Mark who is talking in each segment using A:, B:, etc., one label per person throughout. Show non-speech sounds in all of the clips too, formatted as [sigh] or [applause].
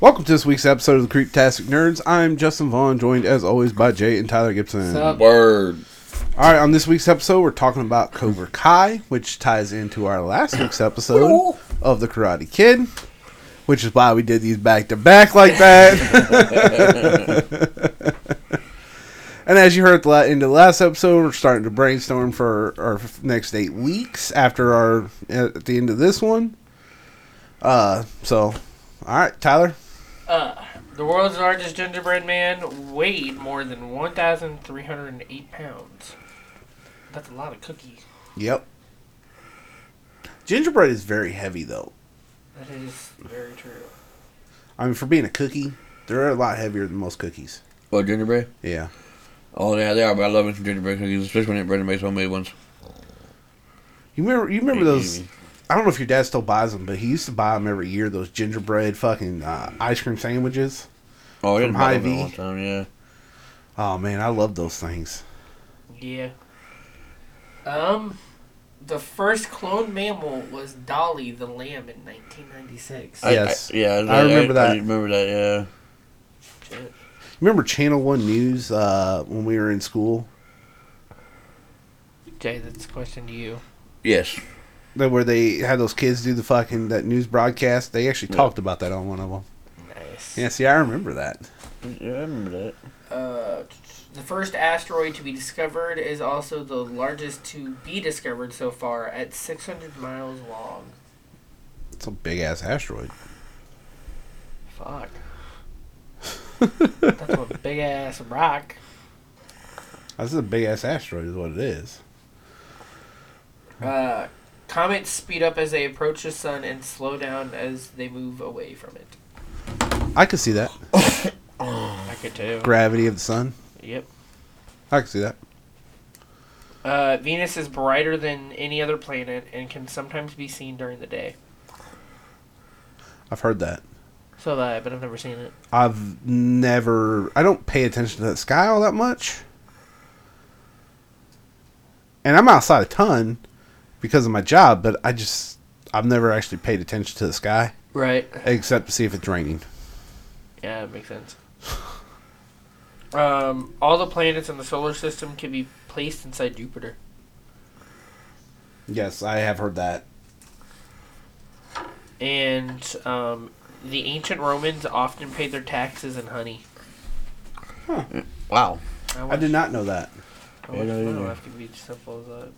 A: Welcome to this week's episode of the Creeptastic Nerds. I'm Justin Vaughn, joined as always by Jay and Tyler Gibson.
B: Sup?
C: Word.
A: All right, on this week's episode, we're talking about Cobra Kai, which ties into our last week's episode of The Karate Kid, which is why we did these back to back like that. [laughs] and as you heard at the la- end of the last episode, we're starting to brainstorm for our next eight weeks after our at the end of this one. Uh, so, all right, Tyler,
B: The world's largest gingerbread man weighed more than 1,308 pounds. That's a lot of cookies.
A: Yep. Gingerbread is very heavy, though.
B: That is very true.
A: I mean, for being a cookie, they're a lot heavier than most cookies.
C: What, gingerbread?
A: Yeah.
C: Oh, yeah, they are, but I love me some gingerbread cookies, especially when they're bread and baked homemade ones.
A: You remember? You remember
C: Mm-hmm.
A: those? I don't know if your dad still buys them, but he used to buy them every year. Those gingerbread fucking uh, ice cream sandwiches.
C: Oh, I
A: From
C: didn't buy them
A: Hy-Vee?
C: one time, yeah.
A: Oh man, I love those things.
B: Yeah. Um, the first cloned mammal was Dolly the lamb in 1996.
C: I-
A: Yes.
C: I, yeah,
A: I remember that.
C: I remember that, yeah.
B: Shit.
A: Remember Channel One News uh, when we were in school?
B: Jay, that's a question to you.
C: Yes.
A: That where they had those kids do the fucking that news broadcast. They actually talked about that on one of them.
B: Nice.
A: Yeah, see, I remember that.
C: Yeah, I remember that.
B: Uh, the first asteroid to be discovered is also the largest to be discovered so far at 600 miles long.
A: It's a big ass asteroid.
B: [laughs] Fuck. That's a big ass rock.
A: This is a big ass asteroid, is what it is.
B: Uh, comets speed up as they approach the sun and slow down as they move away from it.
A: I could see that
B: I could too.
A: gravity of the sun.
B: Yep.
A: I could see that.
B: Uh, Venus is brighter than any other planet and can sometimes be seen during the day.
A: I've heard that.
B: So that, but I've never seen it.
A: I've never. I don't pay attention to that sky all that much, and I'm outside a ton because of my job. But I just I've never actually paid attention to the sky
B: Right.
A: except to see if it's raining.
B: Yeah, it makes sense. Um, all the planets in the solar system can be placed inside Jupiter.
A: Yes, I have heard that.
B: And um, the ancient Romans often paid their taxes in honey.
C: Wow.
A: I did not know that.
B: I
C: Oh, Yeah,
B: watched
C: no,
B: Blue
C: neither.
B: Life could be just simple as that.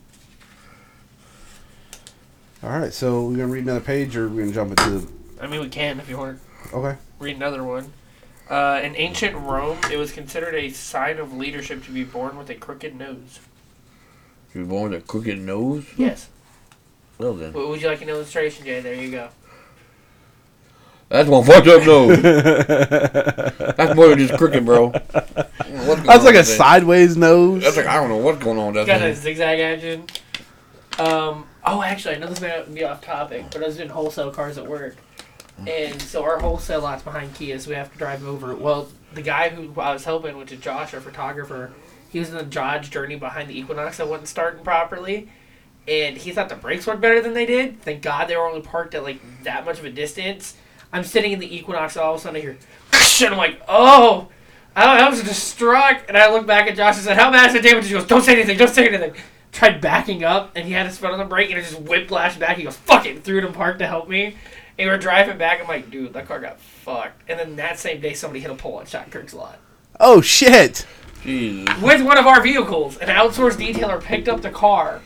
A: All right, so we're gonna read another page, or we're gonna jump into.
B: I mean, we can if you want
A: Okay.
B: to read another one. Uh, in ancient Rome, it was considered a sign of leadership to be born with a crooked nose.
C: You were born with a crooked nose?
B: Yes.
C: Well, then.
B: What would you like an illustration, Jay? There you go.
C: That's one fucked
A: [laughs]
C: up nose. That's more than just crooked, bro.
A: That's
C: That's
A: like a sideways nose.
C: That's like, I don't know what's going on with that
B: Got a
C: thing.
B: zigzag engine. Um, oh, actually, I know this may be off topic, but I was doing wholesale cars at work. And so our wholesale lot's behind Kia, so we have to drive over. Well, the guy who I was helping, which is Josh, our photographer, he was in the Dodge Journey behind the Equinox that wasn't starting properly. And he thought the brakes worked better than they did. Thank God they were only parked at like that much of a distance. I'm sitting in the Equinox, and all of a sudden I hear, [laughs] and I'm like, oh, I, I was just struck, and I looked back at Josh and said, "How bad is the damage?" He goes, "Don't say anything. Don't say anything." Tried backing up, and he had his foot on the brake, and it just whiplashed back. He goes, "Fuck it!" and Threw it in park to help me. And we were driving back. I'm like, "Dude, that car got fucked." And then that same day, somebody hit a pole on Shot Kirk's lot
A: Oh shit!
C: Jesus.
B: with one of our vehicles. An outsourced detailer picked up the car,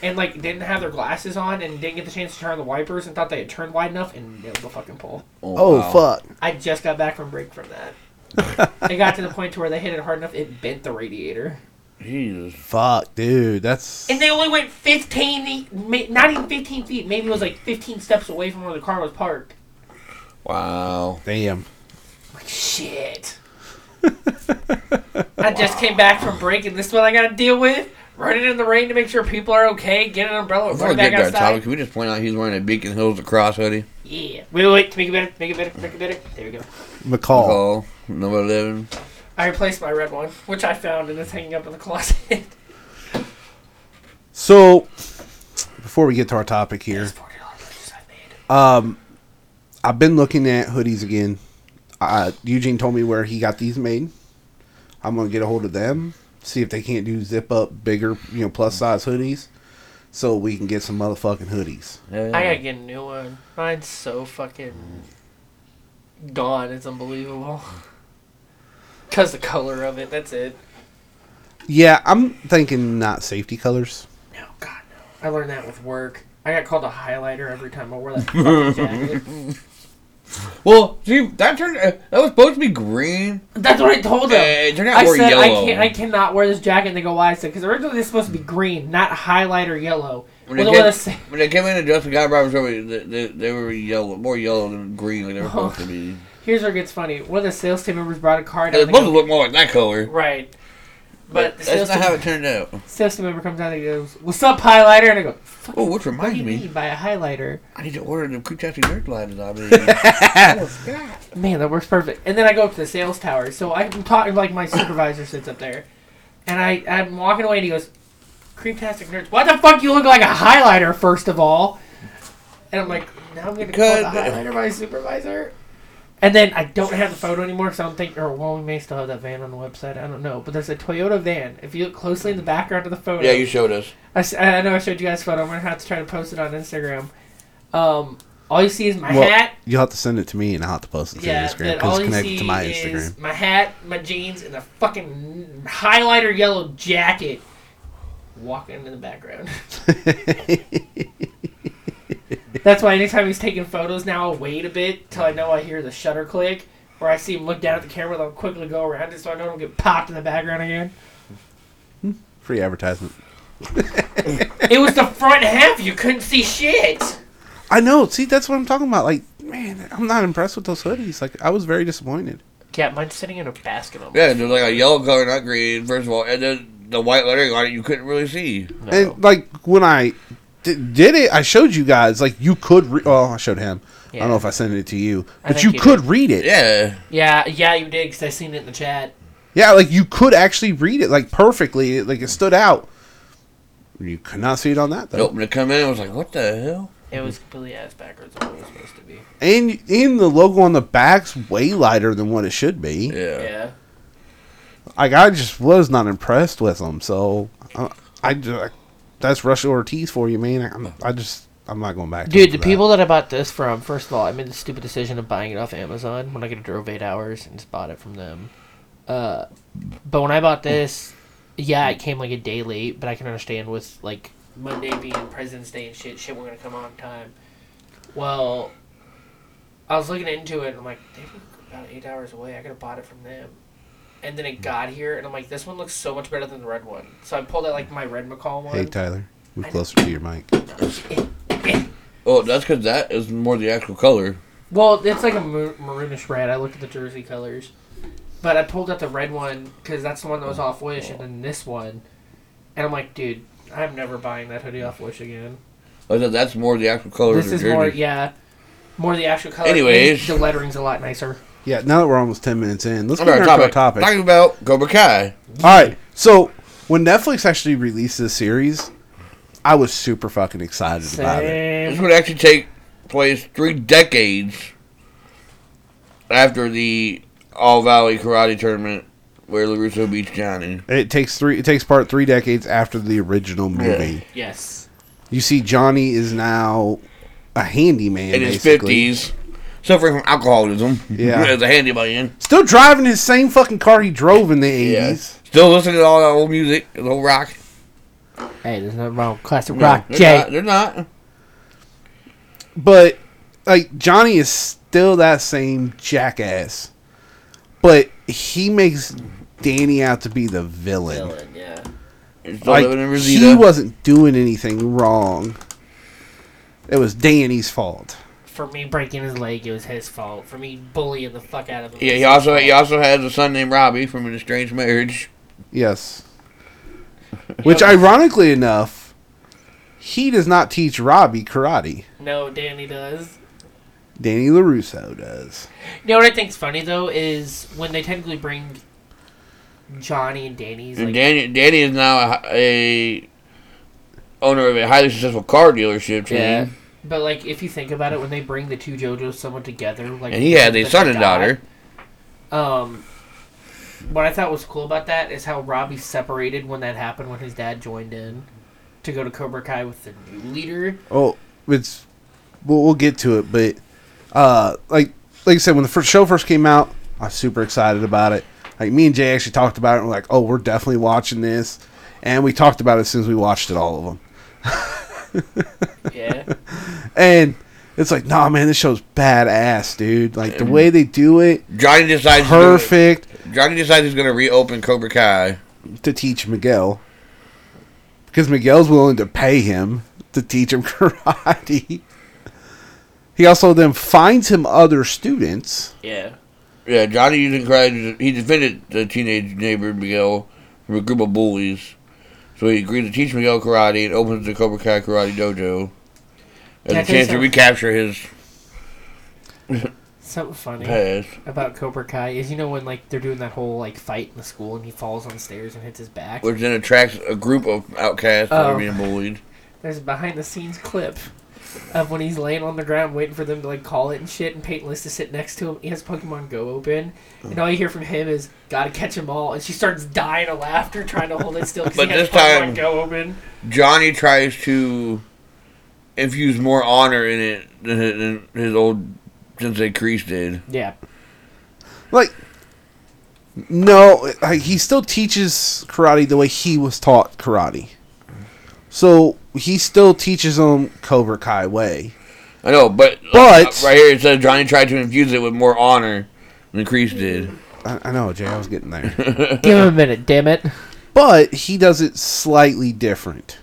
B: and like didn't have their glasses on, and didn't get the chance to turn on the wipers, and thought they had turned wide enough, and nailed the fucking pole.
A: Oh
C: wow.
A: fuck!
B: I just got back from break from that.
C: [laughs]
B: it got to the point to where they hit it hard enough, it bent the radiator.
C: Jesus.
A: Fuck, dude. That's
B: And they only went 15, e- ma- not even 15 feet. Maybe it was like 15 steps away from where the car was parked.
C: Wow.
A: damn.
B: Like,
C: [laughs]
B: shit. I just came back from break, and this is what I gotta deal with. Running in the rain to make sure people are okay, get an umbrella,
C: Before we
B: run
C: get
B: back
C: there, Tyler,
B: outside.
C: can we just point out he's wearing a Beacon Hills lacrosse hoodie?
B: Yeah. Wait, wait, wait, make it better, make it better, make it better. There we go.
A: McCall.
C: Oh, number 11.
B: I replaced my red one, which I found and it's hanging up in the closet. [laughs]
A: So, before we get to our topic here,
B: It's $40 purchase I made.
A: Um, I've been looking at hoodies again, Uh, Eugene told me where he got these made. I'm gonna get a hold of them, see if they can't do zip up bigger, you know, plus size hoodies, so we can get some motherfucking hoodies.
C: Yeah,
B: I gotta get a new one. Mine's so fucking gone. It's unbelievable. Cause the color of it. That's it.
A: Yeah, I'm thinking not safety colors.
B: No, God no. I learned that with work. I got called a highlighter every time I wore [laughs] that fucking jacket.
C: Well, see, that turned uh, that was supposed to be green.
B: That's what I told them.
C: Eh, you're not
B: I
C: wearing
B: said
C: yellow.
B: I can't. I cannot wear this jacket. And they go, "Why?" I said, "Because originally this is supposed to be green, not highlight or yellow."
C: When
B: Well,
C: they,
B: they wanna
C: came,
B: say-
C: when they came in and Justin got Roberts over, they, they, they were yellow, more yellow than green, like they were supposed to
B: [laughs]
C: be.
B: Here's where it gets funny. One of the sales team members brought a card.
C: It's
B: out. and they
C: supposed to
B: go-
C: look more like that color,
B: Right.
C: but
B: But, the
C: that's
B: sales
C: not
B: team,
C: how it turned out.
B: sales team member comes out and he goes, "What's up, highlighter?" And I go,
C: Oh, which
B: "What do
C: reminds
B: you
C: me,
B: mean by a highlighter?"
C: I need to order the Kuchachi Nerd Lighters. I mean, [laughs]
B: Oh, Man, that works perfect. And then I go up to the sales tower, so I'm talking like my supervisor sits up there, and I I'm walking away, and he goes, "Creeptastic nerds, why the fuck you look like a highlighter first of all?" And I'm like, now I'm gonna call the
C: Good.
B: highlighter my supervisor. And then I don't have the photo anymore, so I don't think, or well, we may still have that van on the website. I don't know, but there's a Toyota van. If you look closely in the background of the photo,
C: yeah, you showed us.
B: I, s- I know I showed you guys a photo. I'm gonna have to try to post it on Instagram. Um, all you see is my
A: Well,
B: hat.
A: You'll have to send it to me, and I'll have to post it to
B: Yeah,
A: Instagram
B: that
A: because
B: all
A: it's
B: you
A: connected
B: see
A: to my Instagram.
B: is my hat, my jeans, and a fucking highlighter yellow jacket walking in the background. [laughs] That's why anytime he's taking photos now, I'll wait a bit till I know I hear the shutter click, or I see him look down at the camera. They'll quickly go around it so I know I don't get popped in the
A: [laughs]
B: background again.
A: [laughs] Free advertisement.
B: it was the front half; you couldn't see shit.
A: I know. See, that's what I'm talking about. Like, man, I'm not impressed with those hoodies. Like, I was very disappointed.
B: Yeah, mine's sitting in a basket. On
C: Yeah, there's like a yellow color, not green. First of all, and then the white lettering on it, you couldn't really see.
B: No.
A: And like when I di- did it, I showed you guys. Like, you could. Re- well, I showed him. I don't know
B: Yeah.
A: if I sent it to you,
B: I
A: but
B: think
A: you
B: you
A: could read it.
C: Yeah,
B: yeah, yeah, you did because I seen it in the chat.
A: Yeah, like you could actually read it like perfectly. Like it stood out. You could not see it on that though.
C: nope. When it come in, I was like, what the hell?
B: It was
A: Mm-hmm.
B: completely ass backwards of what it was supposed to be.
A: And and the logo on the back's way lighter than what it should be.
C: Yeah.
B: Yeah.
A: Like I just was not impressed with them. So I, I ju- that's Russell Ortiz for you, man. I'm, I just I'm not going back. to him
B: Dude,
A: for
B: the
A: that.
B: people that I bought this from, first of all, I made the stupid decision of buying it off Amazon when I could have drove eight hours and just bought it from them. Uh, but when I bought this, yeah, it came like a day late, but I can understand with like Monday being President's Day and shit, shit we're gonna come on time. Well, I was looking into it and I'm like, they were about eight hours away. I could have bought it from them. And then it got here and I'm like, this one looks so much better than the red one. So I pulled out like my red McCall one.
A: Hey Tyler, move closer to your mic.
C: Oh, that's because that is more the actual color.
B: Well, it's like a mar- maroonish red. I looked at the jersey colors, but I pulled out the red one because that's the one that was off Wish, and then this one, and I'm like, dude, I'm never buying that hoodie off Wish again.
C: I said that's more the actual color.
B: This
C: of the
B: is more,
C: jersey.
B: yeah, more the actual color.
C: Anyways.
B: and the lettering's a lot nicer.
A: Yeah, now that we're almost ten minutes in, let's
C: I'm
A: go
C: not
A: back to our topic.
C: Talking about Cobra Kai.
A: All right. So when Netflix actually released this series, I was super fucking excited about it.
C: This [laughs]
B: Same.
C: would actually take place three decades after the All Valley Karate Tournament where LaRusso beats Johnny.
A: It takes three. It takes part three decades after the original movie.
B: Yes.
A: You see, Johnny is now a handyman
C: in his
A: basically.
C: fifties, suffering from alcoholism.
A: Yeah.
C: [laughs] as a handyman,
A: Still driving his same fucking car he drove in the eighties.
C: still listening to all that old music, the old rock.
B: Hey, there's nothing wrong with classic
C: No,
B: rock,
C: they're
B: Jay.
C: Not, they're not.
A: But like Johnny is still that same jackass. But he makes Danny out to be the villain.
B: yeah.
C: They're still
A: Like,
C: living in
A: he
C: Rosita.
A: wasn't doing anything wrong. It was Danny's fault.
B: For me breaking his leg, it was his fault. For me bullying the fuck out of him.
C: yeah, he
B: it was his
C: also he
B: fault.
C: also has a son named Robbie from an estranged marriage.
A: Yes. Which, ironically enough, he does not teach Robbie karate.
B: No, Danny does.
A: Danny LaRusso does.
B: You know what I think's funny though is when they technically bring Johnny and Danny's
C: and
B: like
C: Danny Danny is now a, a owner of a highly successful car dealership chain.
B: Yeah. but like if you think about it, when they bring the two JoJos somewhat together, like
C: And he had a
B: the
C: son and
B: dot,
C: daughter.
B: Um, what I thought was cool about that is how Robbie separated when that happened when his dad joined in to go to Cobra Kai with the new leader.
A: Oh, it's we'll, we'll get to it, but uh, like like I said, when the first show first came out, I was super excited about it. Like me and Jay actually talked about it, and we're like, "Oh, we're definitely watching this," and we talked about it as soon as we watched it, all of them.
B: Yeah.
A: And it's like, nah, man, this show's badass, dude. Like the way they do it,
C: Johnny decides he's gonna-
A: perfect
C: Johnny decides he's gonna reopen Cobra Kai.
A: to teach Miguel because Miguel's willing to pay him to teach him [laughs] karate. He also then finds him other students.
B: yeah.
C: Yeah, Johnny using karate. He defended the teenage neighbor Miguel from a group of bullies, so he agreed to teach Miguel karate and opens the Cobra Kai karate dojo as
B: Yeah, I
C: a
B: think
C: chance to
B: so.
C: recapture his
B: Something funny
C: past.
B: about Cobra Kai is you know when like they're doing that whole like fight in the school and he falls on the stairs and hits his back.
C: which then attracts a group of outcasts that
B: Oh.
C: are being bullied.
B: There's a behind the scenes clip of when he's laying on the ground waiting for them to like call it and shit and Peyton List to sit next to him. He has Pokemon Go open and all you hear from him is gotta catch them all and she starts dying of laughter trying to hold it still because
C: But
B: he has
C: this
B: Pokemon
C: time-
B: Go open.
C: Johnny tries to infuse more honor in it than his, than his old sensei Kreese did. [laughs]
B: Yeah.
A: Like, no, like, he still teaches karate the way he was taught karate. So he still teaches them Cobra Kai way.
C: I know, but uh,
A: But-
C: right here it says Johnny tried to infuse it with more honor than Kreese did.
A: I, I know, Jay, I was getting there.
B: Give him a minute, damn it.
A: but he does it slightly different.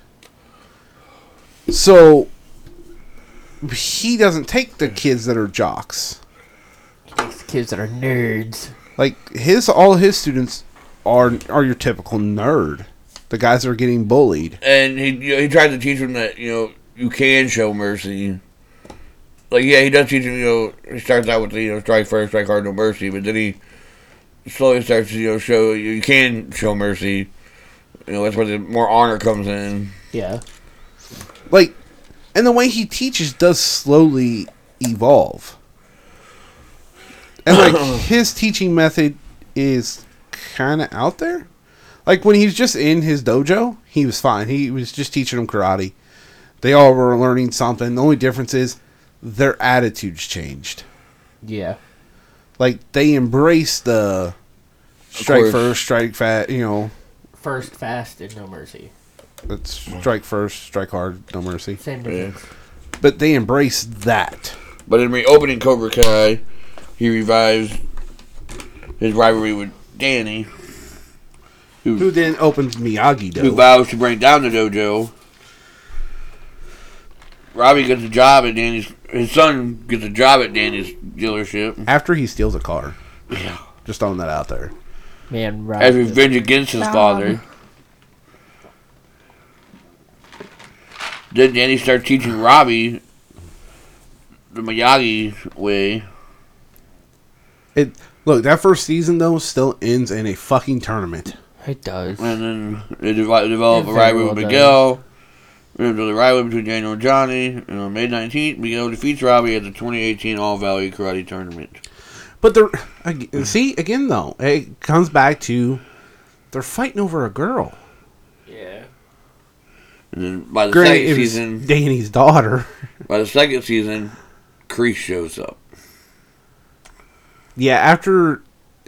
A: So he doesn't take the kids that are jocks.
B: These kids that are nerds.
A: Like his all his students are are your typical nerd. The guys that are getting bullied.
C: And he you know, he tried to teach him that you know you can show mercy. Like yeah, he does teach him. You know, he starts out with you know strike first, strike hard, no mercy. But then he slowly starts to you know show you, you can show mercy. You know that's where the more honor comes in.
B: Yeah.
A: Like and the way he teaches does slowly evolve. And like his teaching method is kind of out there. Like when he was just in his dojo, he was fine. He was just teaching them karate. They all were learning something. The only difference is their attitudes changed.
B: Yeah.
A: Like they embraced the strike
C: course.
A: first, strike fat. You know,
B: First, fast, and no mercy.
A: that's strike first, strike hard, no mercy.
B: Same
C: Yeah.
B: difference.
A: But they embraced that.
C: But in reopening Cobra Kai, he revives his rivalry with Danny,
A: Who then opened Miyagi
C: who
A: Do?
C: vows to bring down the dojo. Robbie gets a job at Danny's. His son gets a job at Danny's dealership
A: After he steals a car.
C: Yeah.
A: Just throwing that out there.
B: Man, right.
C: as revenge against his father. Then Danny starts teaching Robbie the Miyagi way.
A: It look that first season though still ends in a fucking tournament.
B: It does.
C: And then they develop, develop a
B: Very
C: rivalry
B: well
C: with
B: done.
C: Miguel. There's a rivalry between Daniel and Johnny. And on May 19th, Miguel defeats Robbie at the 2018 All Valley Karate Tournament.
A: But they're ag- see again though it comes back to they're fighting over a girl.
B: Yeah.
C: And then by the
A: Granted,
C: second
A: it was
C: season,
A: Danny's daughter.
C: by the second season, Kreese shows up.
A: Yeah, after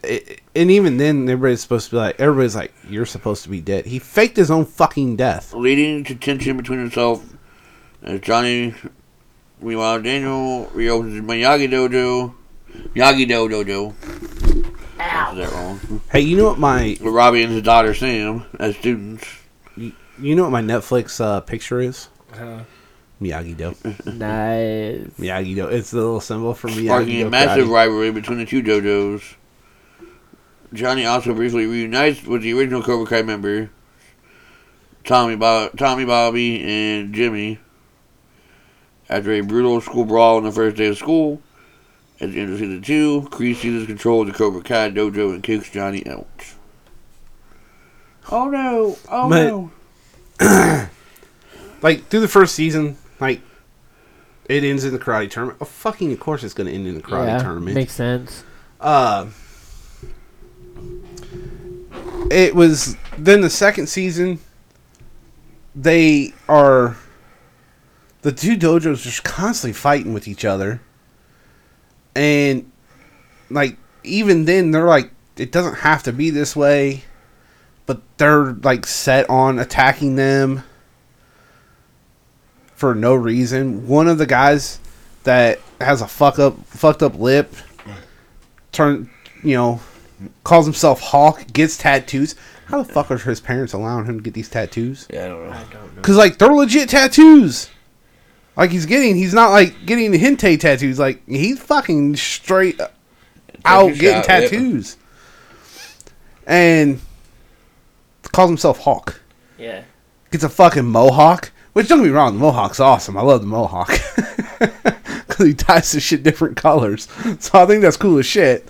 A: i- and even then everybody's supposed to be like everybody's like you're supposed to be dead. He faked his own fucking death.
C: leading to tension between himself and Johnny. Meanwhile, Daniel reopens his Miyagi Dojo. Miyagi Do Dojo. Ow. Is that wrong?
A: Hey, you know what my
C: With Robbie and his daughter Sam as students.
A: you know what my Netflix uh, picture is?
B: Uh,
A: Miyagi Do.
B: nice.
A: Miyagi Do. It's the little symbol for Miyagi
C: sparking
A: Do.
C: a massive rivalry between the two dojos. Johnny also briefly reunites with the original Cobra Kai member, Tommy, Bo- Tommy Bobby, and Jimmy, after a brutal school brawl on the first day of school. At the end of season two, Kreese seizes control of the Cobra Kai dojo and kicks Johnny out. Oh no! Oh
A: But-
C: no!
A: like through the first season, like it ends in the karate tournament. Oh, fucking, of course, it's going to end in the karate tournament.
B: Makes sense.
A: uh, it was then the second season. They are the two dojos just constantly fighting with each other, and like even then they're like it doesn't have to be this way, but they're like set on attacking them for no reason. One of the guys that has a fuck up fucked up lip turn you know calls himself Hawk, gets tattoos. How the fuck are his parents allowing him to get these tattoos?
C: Yeah, I don't know.
B: I don't know.
A: Cause like they're legit tattoos. Like he's getting, he's not like getting hente tattoos. Like he's fucking straight out
C: Tattoo
A: getting
C: shop, yeah.
A: tattoos, and calls himself Hawk.
B: Yeah.
A: Gets a fucking mohawk. Which don't get me wrong, the mohawk's awesome. I love the mohawk [laughs] because he dyes his shit different colors. So I think that's cool as shit.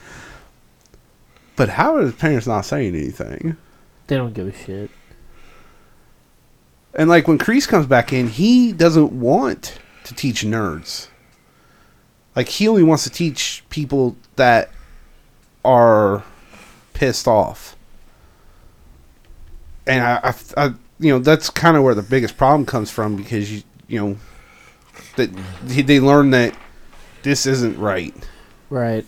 A: But how are his parents not saying anything?
D: They don't give a shit.
A: And like when Kreese comes back in, he doesn't want to teach nerds. Like he only wants to teach people that are pissed off. And I, I, I you know, that's kind of where the biggest problem comes from because you, you know, that they- they learn that this isn't right,
D: Right.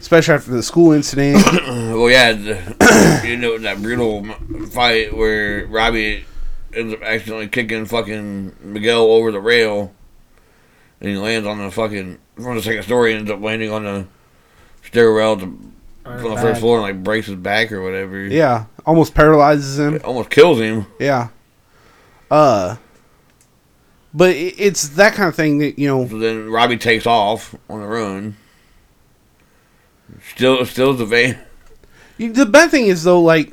A: especially after the school incident.
C: Well, yeah, the, [coughs] you know that brutal m- fight where Robbie ends up accidentally kicking fucking Miguel over the rail, and he lands on the fucking from the second story, and ends up landing on the stairwell to, from
D: On
C: the first floor, and like breaks his back or whatever.
A: yeah, almost paralyzes him.
C: It almost kills him.
A: Yeah. Uh but i- it's that kind of thing that, you know,
C: So then Robbie takes off on the run. Still, still the van. [laughs]
A: you- the bad thing is though like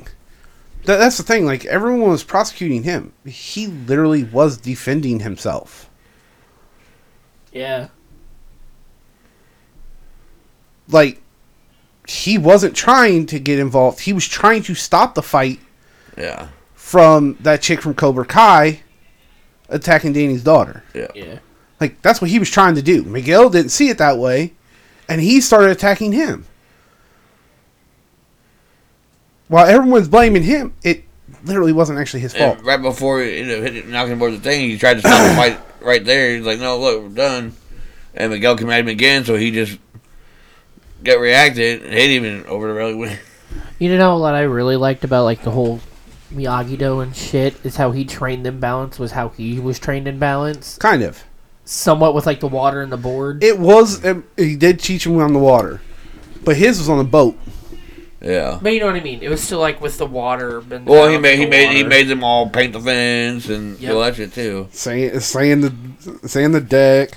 A: tha- that's the thing like everyone was prosecuting him. He literally was defending himself.
B: Yeah.
A: Like he wasn't trying to get involved. He was trying to stop the fight
C: Yeah,
A: from that chick from Cobra Kai attacking Danny's daughter.
C: yeah.
B: Yeah.
A: Like that's what he was trying to do. Miguel didn't see it that way, and he started attacking him. While everyone's blaming him, it literally wasn't actually his fault.
C: And right before he ended up hitting, knocking him over the thing, he tried to stop the fight [clears throat] right there. He's like, "No, look, we're done." And Miguel came at him again, so he just got reacted and hit him and over the railing. [laughs] went.
D: You know what I really liked about like the whole Miyagi Do and shit is how he trained in balance was how he was trained in balance,
A: Kind of.
D: somewhat with like the water and the board.
A: It was. um, He did teach him on the water, but his was on the boat.
C: Yeah.
B: But you know what I mean. It was still like with the water. been
C: Well,
B: down
C: he
B: with
C: made he
B: the
C: made he
B: water.
C: made them all paint the fence and
B: Yep.
C: all that shit too.
A: Saying, saying the, saying the deck,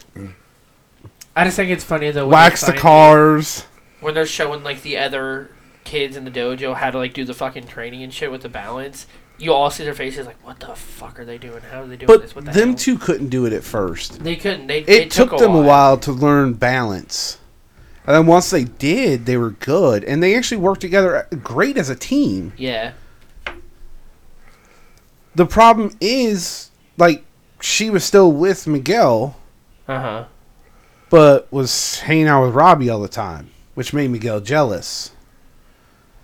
B: I just think it's funny though. when
A: wax
B: they
A: the
B: find-
A: cars.
B: when they're showing like the other kids in the dojo how to like do the fucking training and shit with the balance. You all see their faces like, what the fuck are they doing? How are they doing
A: But
B: this? What the
A: them
B: hell?
A: two couldn't do it at first.
B: They couldn't. They
A: It, took, them a while to learn balance, and then once they did, they were good, and they actually worked together great as a team.
B: Yeah.
A: The problem is, like, she was still with Miguel,
B: Uh huh.
A: but was hanging out with Robbie all the time, which made Miguel jealous.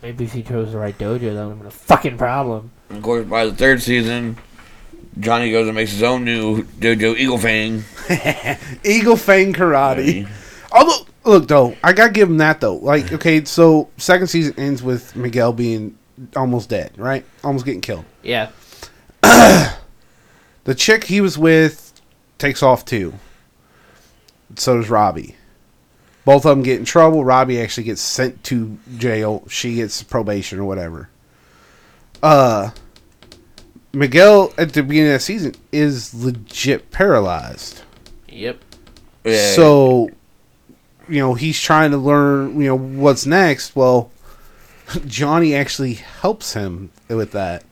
D: Maybe if he chose the right dojo, that would have been a fucking problem.
C: And of course, by the third season, Johnny goes and makes his own new dojo, Eagle Fang.
A: Eagle Fang Karate. [laughs] Although, look, though, I gotta give him that, though. Like, okay, so second season ends with Miguel being almost dead, right? Almost getting killed.
B: Yeah.
A: The chick he was with takes off too. So does Robbie. Both of them get in trouble. Robbie actually gets sent to jail. She gets probation or whatever. Uh, Miguel at the beginning of that season is legit paralyzed.
B: Yep.
C: Yeah.
A: So, you know, he's trying to learn, you know, what's next. Well, [laughs] Johnny actually helps him with that.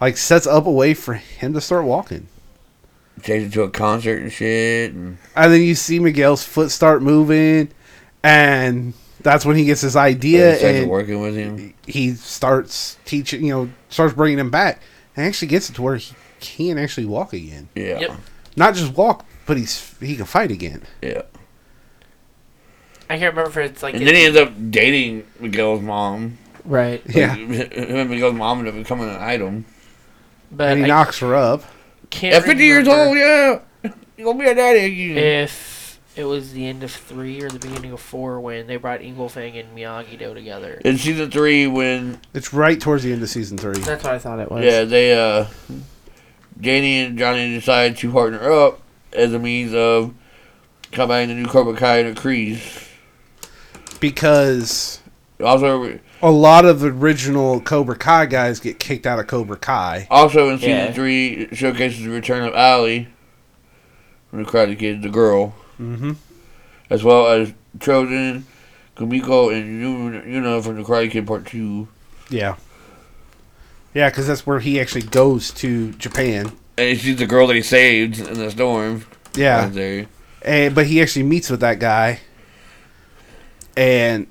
A: Like, sets up a way for him to start walking.
C: takes him to a concert and shit. And
A: and then you see Miguel's foot start moving, and that's when he gets his idea,
C: he starts
A: and
C: working with him.
A: he starts teaching. You know, starts bringing him back, and actually gets it to where he can actually walk again.
C: Yeah.
B: Yep.
A: Not just walk, but he's he can fight again.
C: Yeah.
B: I can't remember if it's like.
C: And then he ends up dating Miguel's mom.
D: Right.
A: Yeah.
C: [laughs] Him and his mom ended up becoming an item.
B: But
A: And he
B: I
A: knocks her up.
B: can't
C: At 50 years
B: remember
C: old, yeah. [laughs] You're going to be a daddy again.
B: If it was the end of three or the beginning of four when they brought Inglefang and Miyagi Do together.
C: In season three, when
A: It's right towards the end of season three.
D: That's what I thought it was.
C: yeah they uh, Danny and Johnny decide to partner up as a means of combating the new Cobra Kai and the Krees.
A: Because
C: Also,
A: a lot of original Cobra Kai guys get kicked out of Cobra Kai.
C: also in season
D: Yeah.
C: three it showcases the return of Allie from the Karate Kid, the girl,
A: Mm-hmm.
C: as well as Trojan, Kumiko, and Yu- Yuna from the Karate Kid Part Two.
A: Yeah. Yeah, because that's where he actually goes to Japan.
C: And she's the girl that he saved in the storm.
A: Yeah.
C: Right there.
A: And, but he actually meets with that guy, and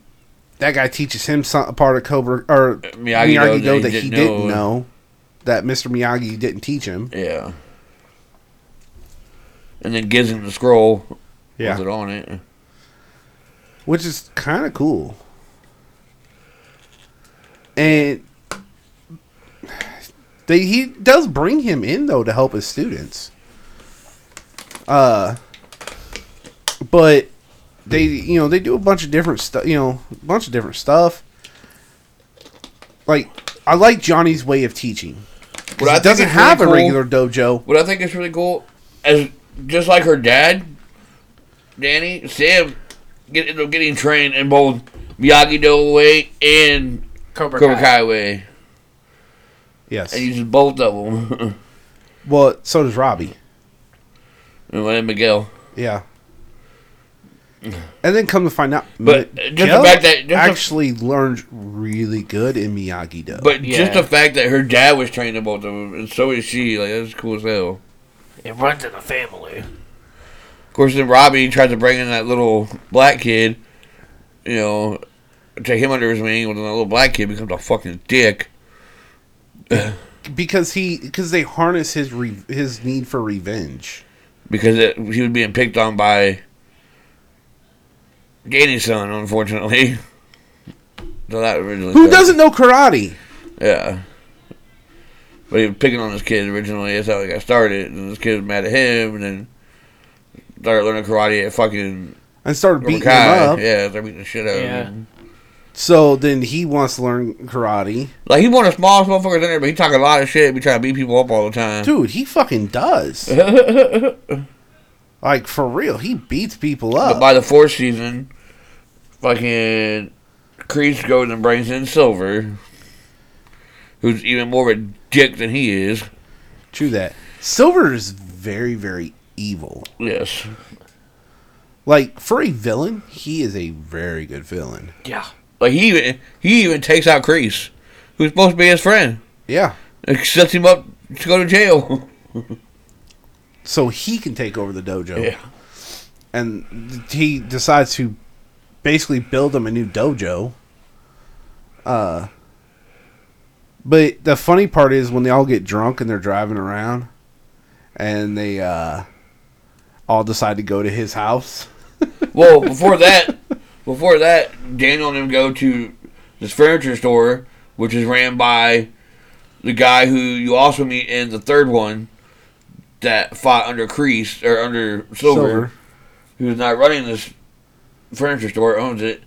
A: that guy teaches him some, a part of Cobra or
C: Miyagi,
A: Miyagi Do
C: though,
A: that he didn't know. That Mr. Miyagi didn't teach him.
C: Yeah. And then gives him the scroll
A: Yeah,
C: with it on it.
A: which is kind of cool. And they, he does bring him in though to help his students. Uh, but they you know they do a bunch of different stuff. You know, a bunch of different stuff. Like I like Johnny's way of teaching. 'Cause
C: What I
A: he
C: think
A: doesn't
C: is really
A: have a
C: cool-
A: regular dojo.
C: What I think is really cool is just like her dad, Danny, Sam get, ended up getting trained in both Miyagi Do way and
B: Cobra,
C: Cobra
B: Kai.
C: Kai way,
A: Yes.
C: and uses both of them.
A: Well, so does Robbie.
C: [laughs] and one in Miguel.
A: Yeah. And then come to find out,
C: But,
A: Mi-
C: uh, just the fact that- just the-
A: actually learned really good in Miyagi Do.
C: But just
B: Yeah.
C: the fact that her dad was trained in both of them, and so is she. Like that's cool as hell.
B: It runs in the family.
C: Of course, then Robbie tried to bring in that little black kid, you know, take him under his wing, and then that little black kid becomes a fucking dick.
A: because he because they harness his re, his need for revenge.
C: because it, he was being picked on by Danny's son, unfortunately. [laughs] so that originally
A: Who
C: started.
A: doesn't know karate?
C: Yeah. But he was picking on this kid originally. That's how it got started. And this kid was mad at him, and then started learning karate at fucking
A: And started
C: Cobra
A: beating him
C: Kai.
A: up.
C: Yeah, they're beating the shit out
B: Yeah.
C: of him.
A: So then he wants to learn karate.
C: Like he one of the smallest motherfuckers in there, but he talk a lot of shit. Be trying to beat people up all the time.
A: Dude, he fucking
C: [laughs]
A: does. like for real, he beats people
C: But
A: up.
C: by the fourth season, fucking Kreese goes and brings in Silver, who's even more of a dick than he is.
A: True that. Silver is very very evil.
C: Yes.
A: Like for a villain, he is a very good villain.
B: Yeah.
C: Like he even he even takes out Kreese, who's supposed to be his friend,
A: Yeah.
C: and sets him up to go to jail. [laughs]
A: so he can take over the dojo.
C: Yeah.
A: And he decides to basically build him a new dojo. Uh, but the funny part is when they all get drunk and they're driving around and they uh, all decide to go to his house.
C: Well, before that, before that, Daniel and him go to this furniture store, which is ran by the guy who you also meet in the third one that fought under Crease or under Silver, who's not running this furniture store, owns it.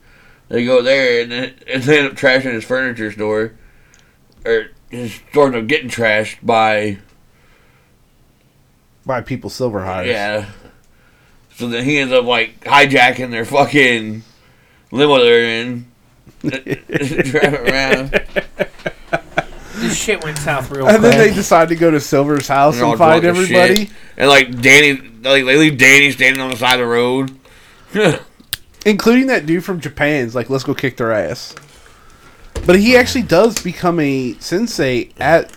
C: They go there and, then- [laughs] and they end up trashing his furniture store, or his store ends up getting trashed by
A: by people Silver hires.
C: yeah. So then he ends up like hijacking their fucking limo they're in, [laughs] driving around. [laughs]
B: This shit went south real
A: And
B: quick.
A: then they decide to go to Silver's house
C: They're all
A: and find
C: drunk as
A: everybody,
C: shit. And like Danny, like they leave Danny standing on the side of the road. [laughs]
A: including that dude from Japan's like, let's go kick their ass. But he actually does become a sensei at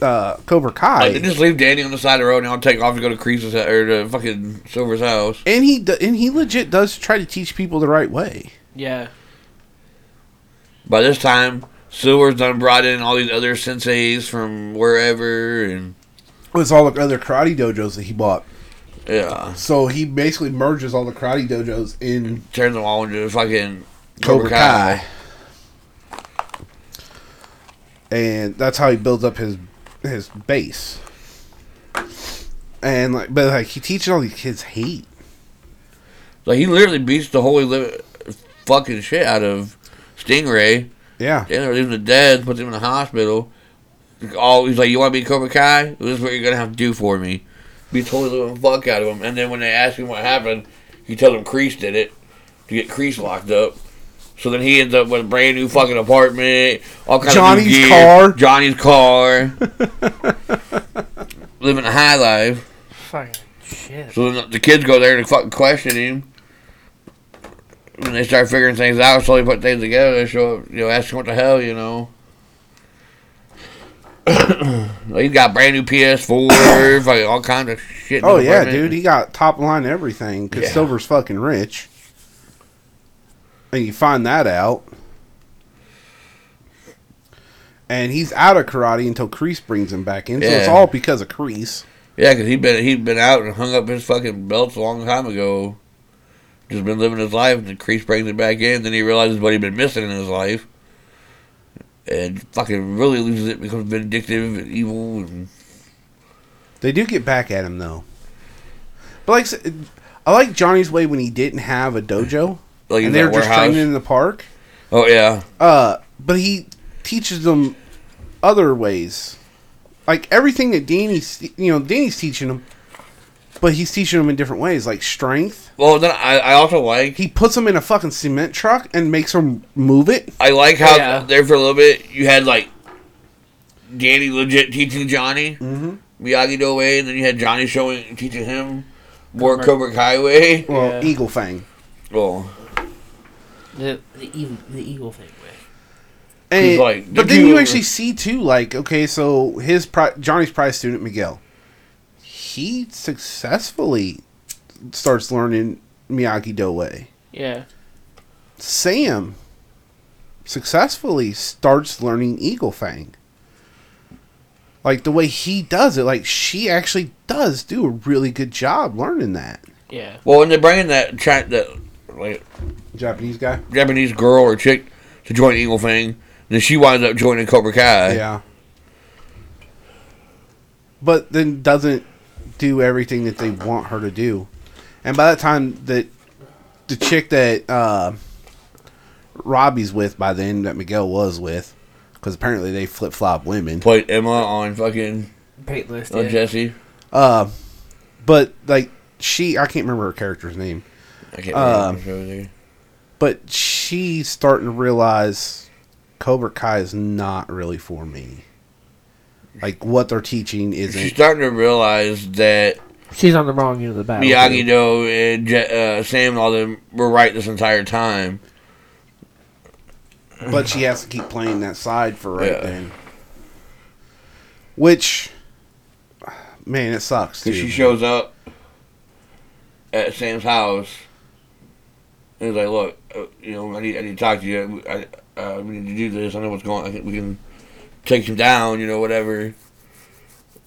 A: uh, Cobra Kai.
C: Like they just leave Danny on the side of the road and I'll take off to go to Crease's hou- or to fucking Silver's house.
A: and he do- and he legit does try to teach people the right way.
B: yeah.
C: By this time, Silver's done brought in all these other senseis from wherever and
A: It was all the other karate dojos that he bought.
C: yeah,
A: So he basically merges all the karate dojos in
C: turns them all into fucking
A: Cobra Kai. and that's how he builds up his his base. And like, but like he teaches all these kids hate.
C: Like he literally beats the holy li- fucking shit out of Stingray.
A: Yeah,
C: Then they leaves him to dead, puts him in the hospital. All he's like, "You want to be Cobra Kai? This is what you're gonna have to do for me." Be totally living the fuck out of him. And then when they ask him what happened, he tells them Crease did it to get Crease locked up. So then he ends up with a brand new fucking apartment, all kinds of new
A: Johnny's
C: gear,
A: car.
C: Johnny's
A: [laughs]
C: car, living a high life.
B: Fucking shit.
C: So then the kids go there to fucking question him. And they start figuring things out, slowly put things together. They show up, you know, ask him what the hell, you know. [coughs] Like, He's got brand new PS4, [coughs] fucking all kinds of shit. in
A: Oh
C: the
A: yeah,
C: apartment.
A: dude, he got top line everything because
C: Yeah.
A: Silver's fucking rich, and you find that out. And he's out of karate until Crease brings him back in, so it's
C: Yeah.
A: all because of Crease.
C: Yeah, because he'd been he'd been out and hung up his fucking belts a long time ago. Just been living his life, and the crease brings it back in. Then he realizes what he'd been missing in his life, and fucking really loses it, becomes vindictive and evil. And
A: They do get back at him though, but like I said, I like Johnny's way when he didn't have a dojo
C: like in
A: and they
C: that
A: were just
C: warehouse.
A: training in the park.
C: Oh yeah,
A: Uh, but he teaches them other ways, like everything that Danny's, you know, Danny's teaching them, but he's teaching them in different ways, like strength.
C: Well, then I, I also like
A: He puts them in a fucking cement truck and makes them move it.
C: I like how
B: Yeah.
C: there for a little bit you had like Danny legit teaching Johnny
A: Mhm.
C: Miyagi Do way, and then you had Johnny showing teaching him more
B: Cobra-
C: Cobra Kai way. [laughs]
A: Well,
B: Yeah.
A: Eagle Fang,
C: Well,
B: The the evil the eagle thing. Way.
A: and,
C: like,
A: but
C: did
A: then you
C: you-
A: actually see too, like okay, so his pri- Johnny's prize student Miguel, he successfully starts learning Miyagi Do way.
B: Yeah.
A: Sam successfully starts learning Eagle Fang. Like the way he does it, like she actually does do a really good job learning that.
B: Yeah.
C: well, and they're bringing that chi- that like
A: Japanese guy?
C: Japanese girl or chick to join Eagle Fang, and then she winds up joining Cobra Kai.
A: Yeah. But then doesn't do everything that they want her to do. And by that time that the chick that uh Robbie's with by then that Miguel was with, because apparently they flip flop women.
C: played Emma on fucking
B: Paint list.
C: on
B: Yeah.
C: Jesse.
A: Uh, but like she, I can't remember her character's name,
C: I can't
A: Um,
C: remember. what it was.
A: but she's starting to realize Cobra Kai is not really for me. Like what they're teaching
C: She's
A: isn't.
C: starting to realize that
D: She's on the wrong end of the battle.
C: Miyagi Do and Je- uh, Sam and all them were right this entire time.
A: but she has to keep playing that side for right
C: Yeah.
A: then. Which, man, it sucks.
C: So
A: Too.
C: she shows up at Sam's house and is like, "Look, uh, you know, I need, I need to talk to you. I, uh, we need to do this. I know what's going. on. I think we can take him down. You know, whatever."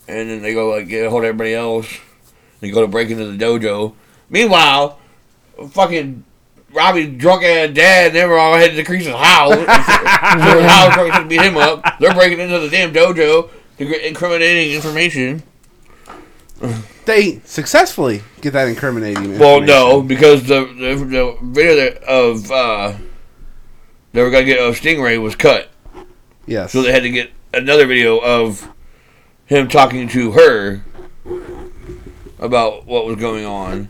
C: And then they go like get a hold of everybody else. They go to break into the dojo. Meanwhile, fucking Robbie's drunk ass dad and they were all headed to Crease's house. so his house probably should beat him up. They're breaking into the damn dojo to get incriminating information.
A: they successfully get that incriminating.
C: Well,
A: information.
C: no, because the the, the video that, of uh, they were gonna get of Stingray was cut,
A: Yes.
C: so they had to get another video of him talking to her about what was going on.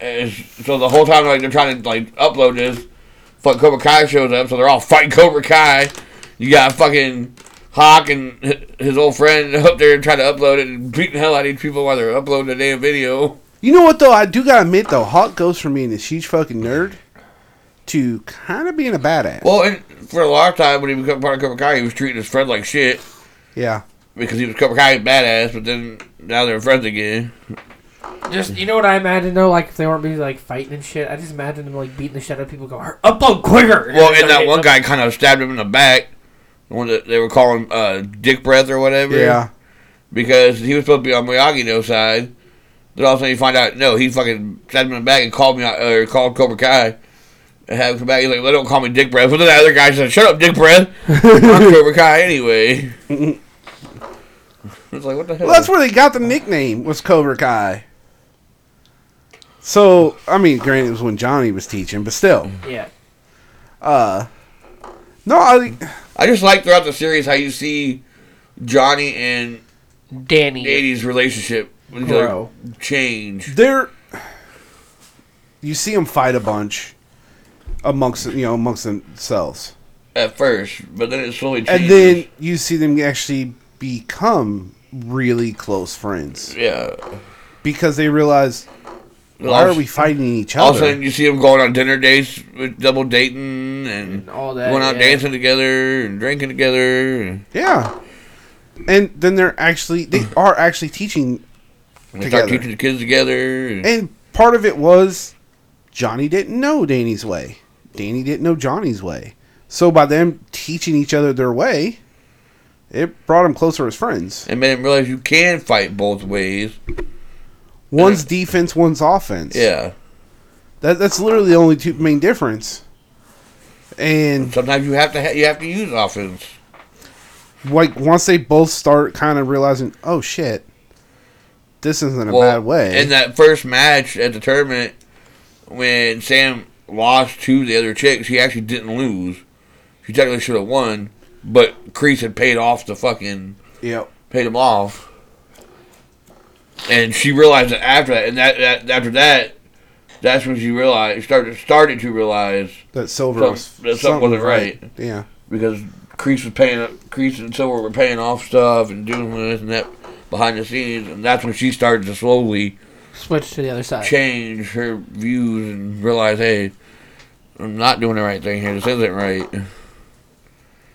C: And s- so the whole time, like they're trying to like upload this, fuck Cobra Kai shows up, so they're all fighting Cobra Kai. You got fucking Hawk and hi- his old friend [laughs] up there trying to upload it and beating the hell out of these people while they're uploading the damn video.
A: You know what though? I do gotta admit though, Hawk goes from being this huge fucking nerd to kind of being a badass.
C: Well, and for a long time when he became part of Cobra Kai, he was treating his friend like shit
A: yeah,
C: because he was Cobra Kai badass. But then now they're friends again.
D: Just you know what I imagine though, like if they weren't be like fighting and shit, I just imagine them like beating the shit out of people. Go "Hur- upload quicker.
C: Well,
D: they
C: and
D: start
C: that
D: hitting
C: one
D: them.
C: guy kind of stabbed him in the back. The one that they were calling uh, Dick Breath or whatever.
A: yeah.
C: Because he was supposed to be on Miyagi Do side. uh, Then all of a sudden you find out no, he fucking stabbed him in the back and called me or called Cobra Kai. And have him come back. He's like, "Well, don't call me Dick Breath." But then the other guy said, "Shut up, Dick Breath."
A: [laughs]
C: I'm Cobra Kai anyway. it's like what the hell?
A: Well, that's where they got the nickname was Cobra Kai. So I mean, granted, it was when Johnny was teaching, but still,
B: Yeah.
A: uh, no, I,
C: I just like throughout the series how you see Johnny and
B: Danny.
C: Eighty's relationship with each other
B: Grow.
C: change.
A: they're you see them fight a bunch amongst you know amongst themselves,
C: at first, but then it slowly changes.
A: and then you see them actually become really close friends
C: yeah,
A: because they realize why are we fighting each
C: All of a
A: other?
C: sudden, you see them going on dinner dates with double dating and
D: all that.
C: going out
D: yeah.
C: dancing together and drinking together. And
A: Yeah, and then they're actually they are actually teaching
C: they start
A: Together.
C: teaching the kids together. And,
A: And part of it was Johnny didn't know Danny's way. Danny didn't know Johnny's way. So by them teaching each other their way, it brought them closer as friends.
C: and made them realize you can fight both ways.
A: One's defense, one's offense.
C: Yeah.
A: That, that's literally the only two main difference. And
C: Sometimes you have to ha- you have to use offense.
A: like once they both start kind of realizing, oh shit, this isn't a bad way.
C: In that first match at the tournament, when Sam lost to the other chicks, he actually didn't lose. He technically should have won, but Crease had paid off the fucking
A: yep.
C: paid him off. And she realized it after that, and that, that after that, that's when she realized started started to realize
A: That silver
C: Some-
A: was
C: that something
A: something
C: wasn't right.
A: Yeah.
C: because Crease was paying up, Crease and Silver were paying off stuff and doing this and that behind the scenes, and that's when she started to slowly
D: Switch to the other side.
C: change her views and realize, hey, I'm not doing the right thing here. This isn't right.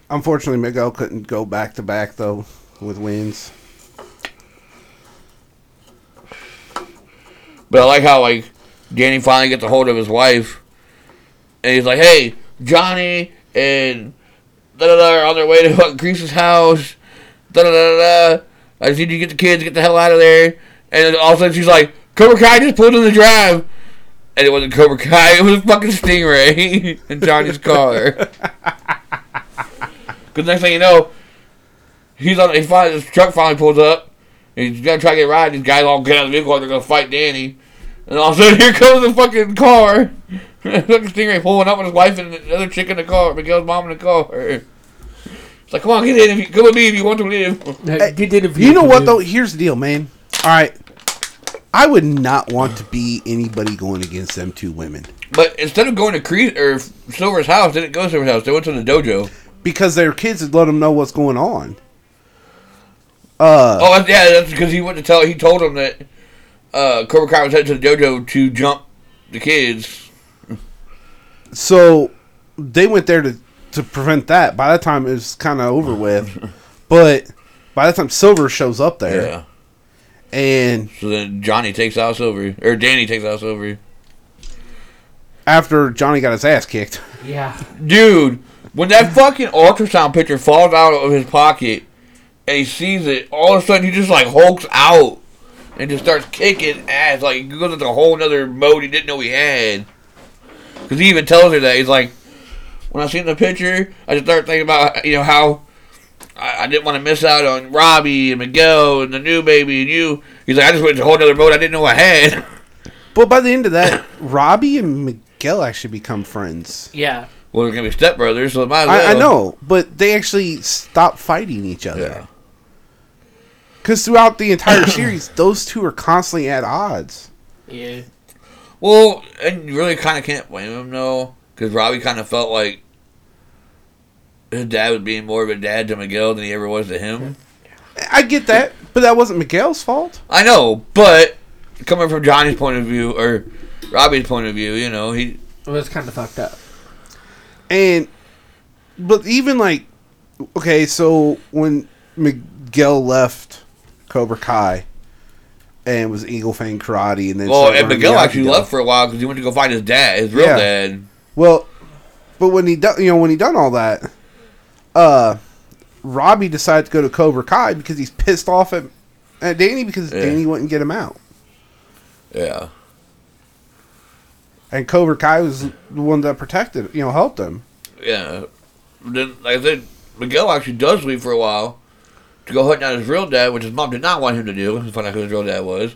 A: Unfortunately, Miguel couldn't go back to back though with wins.
C: But I like how like Danny finally gets a hold of his wife, and he's like, "Hey, Johnny and da da da are on their way to fucking Grease's house. Da da da da. I just need you to get the kids, get the hell out of there." And then all of a sudden she's like, "Cobra Kai just pulled in the drive." And it wasn't Cobra Kai, [laughs] it was a fucking Stingray [laughs] in Johnny's car. [laughs] Because next thing you know, he's on. He finally, his truck finally pulls up. and He's gonna try to get a ride. These guys all get out of the vehicle. and They're gonna fight Danny. And all of a sudden, [laughs] here comes the fucking car. [laughs] fucking Stingray pulling up with his wife and the other chick in the car. Miguel's mom in the car. [laughs] It's like, come on, get in. If you, come with me if you want to live.
D: Hey, get in if
A: You know
D: can
A: what
D: do.
A: though? Here's the deal, man. All right, I would not want to be anybody going against them two women
C: But instead of going to Cre- or Silver's house, they didn't go to Silver's house. They went to the dojo.
A: because their kids would let them know what's going on. Uh,
C: Oh, that's- yeah, that's because he went to tell. He told him that uh, Cobra Kai was headed to the dojo to jump the kids.
A: so they went there to to prevent that. By that time, it was kind of over with. But by the time Silver shows up there,
C: Yeah.
A: and
C: So then Johnny takes out Silver, or Danny takes out Silver.
A: after Johnny got his ass kicked,
D: Yeah.
C: Dude, when that fucking ultrasound picture falls out of his pocket and he sees it, all of a sudden he just like hulks out and just starts kicking ass. Like he goes into a whole nother mode he didn't know he had. Because he even tells her that. He's like, when I seen the picture, I just started thinking about, you know, how I, I didn't want to miss out on Robbie and Miguel and the new baby and you. He's like, I just went into a whole nother mode I didn't know I had. [laughs]
A: but by the end of that, [coughs] Robbie and Miguel actually become friends.
B: Yeah.
C: Well, they're gonna be stepbrothers, so it might as well.
A: I, I know, but they actually stopped fighting each
C: Yeah.
A: other. Because throughout the
C: [coughs]
A: entire series, those two are constantly at odds.
B: Yeah.
C: Well, and you really kind of can't blame him though, because Robbie kind of felt like his dad was being more of a dad to Miguel than he ever was to him.
A: I get that, but that wasn't Miguel's fault.
C: I know, but coming from Johnny's point of view or Robbie's point of view, you know, he
D: It was kind of fucked up.
A: And, but even like, okay, so when Miguel left Cobra Kai and was Eagle Fang Karate, and then
C: well,
A: started
C: and
A: learning
C: Miguel actually
A: Miyagi-Do.
C: left for a while because he went to go find his dad, his real
A: Yeah.
C: dad.
A: Well, but when he done, you know, when he done all that, uh, Robbie decided to go to Cobra Kai because he's pissed off at, at Danny because
C: Yeah.
A: Danny wouldn't get him out.
C: Yeah,
A: and Cobra Kai was the one that protected, you know, helped them.
C: Yeah. Then like I said, Miguel actually does leave for a while to go hunt down his real dad, which his mom did not want him to do, to find out who his real dad was.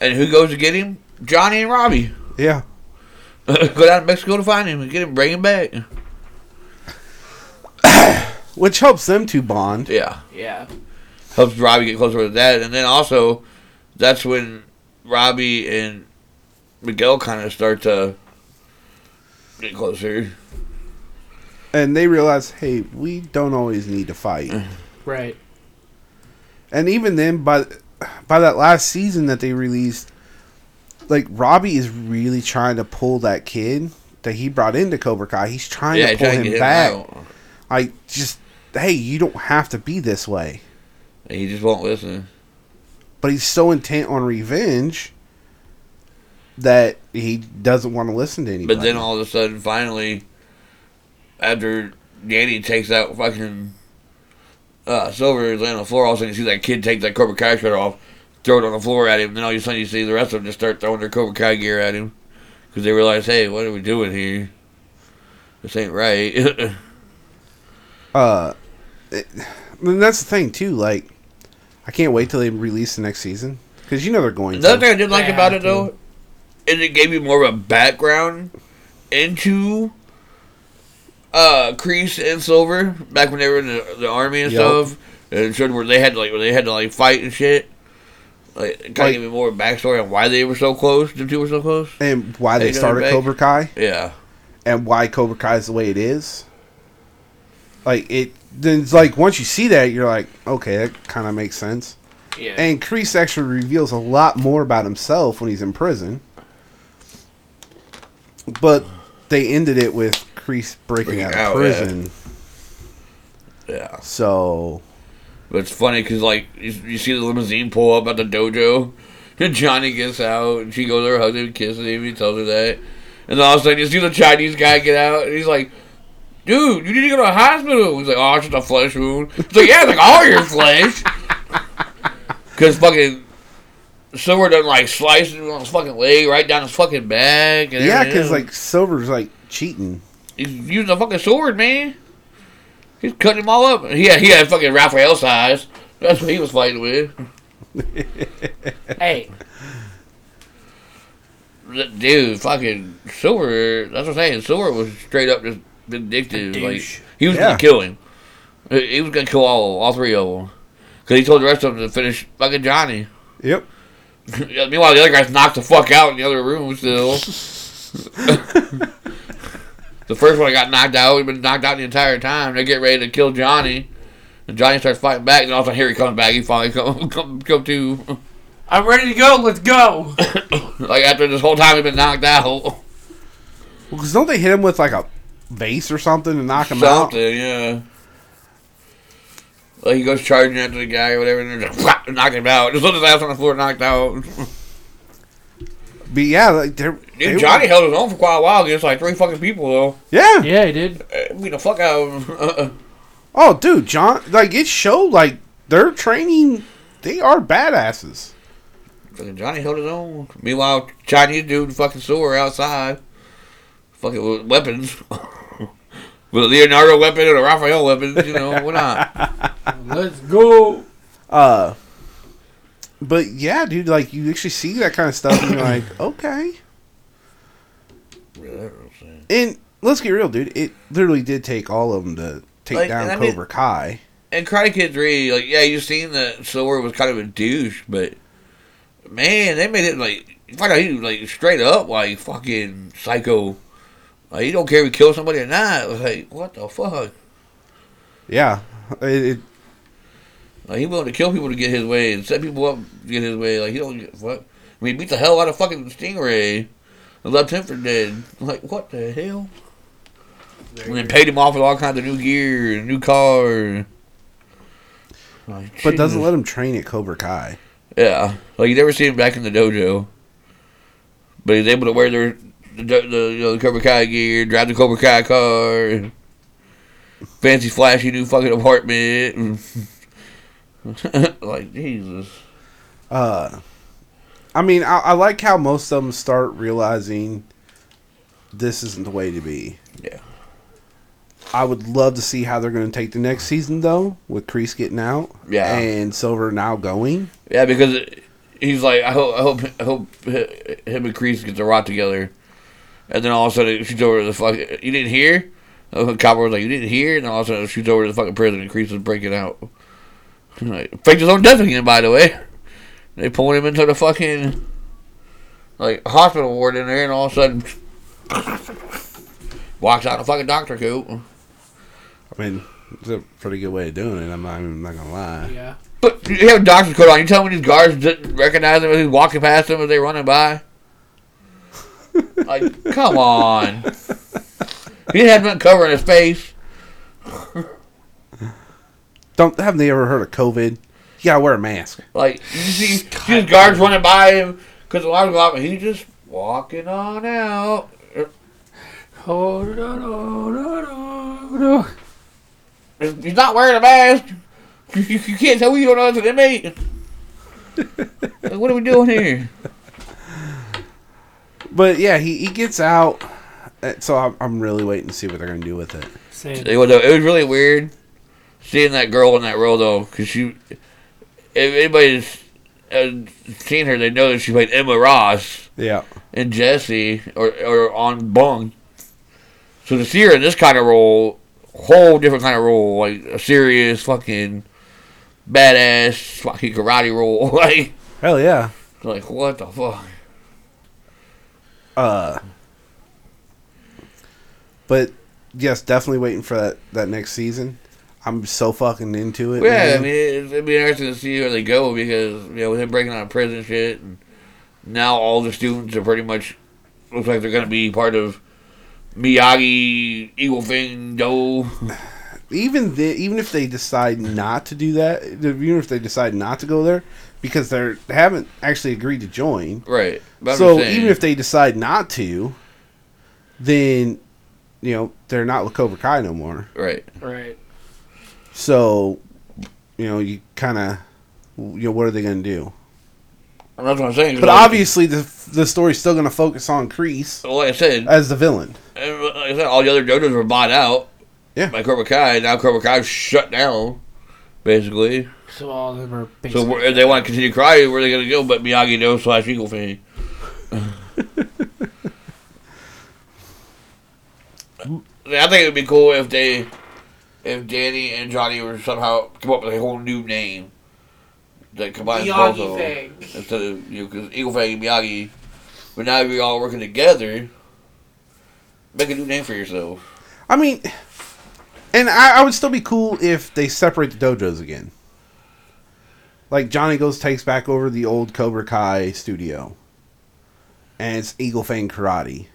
C: And who goes to get him? Johnny and Robbie.
A: Yeah,
C: [laughs] go down to Mexico to find him and get him, bring him back.
A: which helps them to bond.
C: Yeah.
B: Yeah.
C: Helps Robbie get closer to dad. And then also, that's when Robbie and Miguel kind of start to get closer.
A: And they realize, hey, we don't always need to fight.
C: Mm-hmm.
D: Right.
A: And even then, by by that last season that they released, like Robbie is really trying to pull that kid that he brought into Cobra Kai. He's trying
C: yeah,
A: to pull
C: trying
A: him,
C: to get him
A: back.
C: out.
A: I just, hey, you don't have to be this way.
C: And he just won't listen.
A: But he's so intent on revenge that he doesn't want to listen to anybody.
C: But then all of a sudden, finally, after Danny takes out fucking uh, Silver is laying on the floor, all of a sudden you see that kid take that Cobra Kai shirt off, throw it on the floor at him. Then all of a sudden you see the rest of them just start throwing their Cobra Kai gear at him because they realize, hey, what are we doing here? This ain't right. [laughs]
A: uh, it, and that's the thing too. Like, I can't wait till they release the next season because you know they're going.
C: Another
A: to.
C: thing I did like
B: Yeah.
C: about it though is it gave you more of a background into uh Crease and Silver back when they were in the, the army and
A: Yup.
C: stuff, and it showed where they had to, like where they had to like fight and shit. Like kind
A: Like-
C: of gave me more backstory on why they were so close. The two were so close.
A: And why
C: They
A: they
C: done
A: started
C: back-
A: Cobra Kai.
C: Yeah,
A: and why Cobra Kai is the way it is. Like it, then it's like once you see that, you're like, okay, that kind of makes sense.
B: Yeah.
A: And Kreese actually reveals a lot more about himself when he's in prison. But they ended it with Kreese breaking,
C: Breaking
A: out of
C: out,
A: prison.
C: yeah.
A: So
C: But it's funny because like you, you see the limousine pull up at the dojo, and Johnny gets out, and she goes to her husband, kisses him, he tells her that, and then all of a sudden you see the Chinese guy get out, and he's like, "Dude, you need to go to the hospital." He's like, "Oh, it's just a flesh wound." It's like, "Yeah, it's like all your flesh," [laughs] because fucking. Silver done like sliced him on his fucking leg, right down his fucking back. And
A: yeah,
C: everything
A: because like Silver's like cheating.
C: he's using a fucking sword, man. He's cutting him all up. He had, he had fucking Raphael size. That's what he was fighting with.
B: hey,
C: Dude, fucking Silver. That's what I'm saying. Silver was straight up just vindictive. Like
B: Douche.
C: he was
A: Yeah.
C: gonna kill him. He he was gonna kill all all three of them. Cause he told the rest of them to finish fucking Johnny. [laughs]
A: Yep.
C: Meanwhile, the other guy's knocked the fuck out in the other room still. [laughs] the first one got knocked out. He'd been knocked out the entire time. They get ready to kill Johnny. And Johnny starts fighting back. And all of a sudden, here he comes back. He finally come [laughs] come, come to. [coughs]
B: I'm ready to go. Let's go.
C: like, after this whole time he'd been knocked out.
A: Because don't they hit him with like a vase or something to knock him
C: Something,
A: out?
C: yeah. Like, he goes charging after the guy or whatever. And they're just knocking him out. Just put his ass on the floor knocked out.
A: But yeah, like they're, they
C: Dude,
A: were-
C: Johnny held his own for quite a while against, like, three fucking people, though.
A: yeah.
D: Yeah, I did.
C: Eh, Beat the fuck out of him. [laughs] Uh-uh.
A: Oh, dude, John, like it showed like their training, they are badasses.
C: Fucking Johnny held his own. Meanwhile, Chinese dude fucking sewer outside. Fucking with weapons. [laughs] with a Leonardo weapon and a Raphael weapon, you know, why
A: [laughs]
C: not?
D: Let's go.
A: Uh, but yeah, dude, like you actually see that kind of stuff, [coughs] and you're like, okay. And let's get real, dude. It literally did take all of them to take
C: Like,
A: down
C: and I mean-
A: Cobra Kai.
C: And Karate Kid 3, like, yeah, you've seen that Silver was kind of a douche, but man, they made it like, you find out he was, like straight up, like fucking psycho. Like, he don't care if he kills somebody or not. Like, what the fuck?
A: Yeah, it, it,
C: Like, he willing to kill people to get his way and set people up to get his way. Like, he don't get what. I mean, he beat the hell out of fucking Stingray and left him for dead. Like, what the hell? And then paid him off with all kinds of new gear and new car. Like,
A: but doesn't
C: [laughs] Jesus.
A: let him train at Cobra Kai.
C: Yeah. Like, you never see him back in the dojo. But he's able to wear their, the, the, the, you know, the Cobra Kai gear, drive the Cobra Kai car, and fancy, flashy new fucking apartment. [laughs] and- like, Jesus.
A: Uh, I mean, I, I like how most of them start realizing this isn't the way to be.
C: Yeah.
A: I would love to see how they're going to take the next season though, with Kreese getting out,
C: Yeah.
A: and Silver now going.
C: Yeah, because it- he's like, I hope, I hope, I hope hi- him and Kreese get the rot together, and then all of a sudden it shoots over to the fuck. You didn't hear? The copper was like, you didn't hear? And all of a sudden it shoots over to the fucking prison, and Kreese is breaking out. [laughs] Like, faked his own death again, by the way. They pulling him into the fucking like hospital ward in there, and all of a sudden [laughs] walks out in a fucking doctor coat.
A: I mean, it's a pretty good way of doing it. I'm not, I'm not gonna lie.
B: Yeah.
C: But you have a doctor's coat on. You tell me these guards didn't recognize him as he's walking past them as they running by. like, come on. He had been covering his face.
A: Don't haven't they ever heard of COVID? You gotta wear a mask.
C: Like, you see these guards running by him because the alarm go off, and he's just walking on out.
D: Oh no no no no no!
C: He's not wearing a mask. You, you- you can't tell me you don't know it's an inmate. Like, what are we doing here?
A: But yeah, he, he gets out. Uh, So I'm, I'm really waiting to see what they're gonna do with it.
B: Same.
C: It was, it was really weird seeing that girl in that role though, because she, if anybody's uh, seen her, they know that she played Emma Ross
A: Yeah,
C: and Jesse or or on Bung. So to see her in this kind of role, whole different kind of role, like a serious fucking badass fucking karate role, [laughs] like
A: hell yeah.
C: like what the fuck?
A: Uh, but yes, definitely waiting for that that next season. I'm so fucking into it.
C: Yeah, I
A: man.
C: mean, it'd, it'd be interesting to see where they go because you know with him breaking out of prison and shit, and now all the students are pretty much looks like they're gonna be part of Miyagi Eagle Thing Do.
A: even the, even if they decide not to do that, even if they decide not to go there, because they're they haven't actually agreed to join.
C: Right. But I'm
A: so
C: just saying,
A: even if they decide not to, then you know they're not with Cobra Kai no more.
C: right,
B: Right.
A: So you know you kind of you know what are they going to do?
C: and that's what I'm saying. 'cause
A: But
C: like-
A: obviously the the story's still going to focus on Kreese
C: like I said,
A: as the villain.
C: and like I said, all the other dojos were bought out.
A: Yeah.
C: By Cobra Kai, now Cobra Kai's shut down, basically.
D: So all of them are
C: So
D: basically.
C: where, if they want to continue karate, where are they gonna go? But Miyagi Do slash Eagle Thing. [laughs] I think it would be cool if they, if Danny and Johnny were somehow come up with a whole new name that combines both
B: Miyagi
C: of them
B: thing.
C: instead of you because Eagle Fang and Miyagi. But now you're all working together. Make a new name for yourself.
A: I mean, and I, I would still be cool if they separate the dojos again. Like Johnny Goes takes back over the old Cobra Kai studio, and it's Eagle Fang Karate,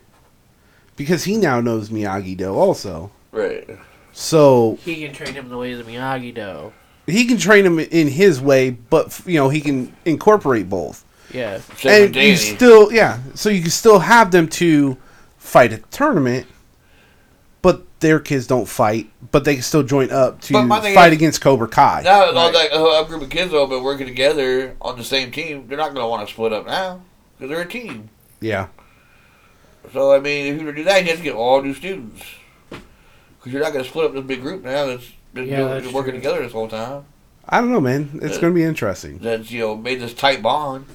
A: because he now knows Miyagi Do also,
C: Right.
A: so
B: He can train him the way of the Miyagi Do.
A: he can train him in his way, but you know he can incorporate both,
B: Yeah.
C: Same with
A: and you
C: Danny.
A: still yeah, so you can still have them to fight a tournament. But their kids don't fight, but they can still join up to
C: But my thing
A: fight
C: is-
A: against Cobra Kai.
C: Now, all that a whole group of kids all been working together on the same team. They're not going to want to split up now because they're a team.
A: Yeah.
C: So, I mean, if you were to do that, you have to get all new students because you're not going to split up this big group now that's been
D: Yeah,
C: doing,
D: that's
C: working
D: true.
C: together this whole time.
A: I don't know, man. It's
C: Uh,
A: going to be interesting.
C: That's you know made this tight bond.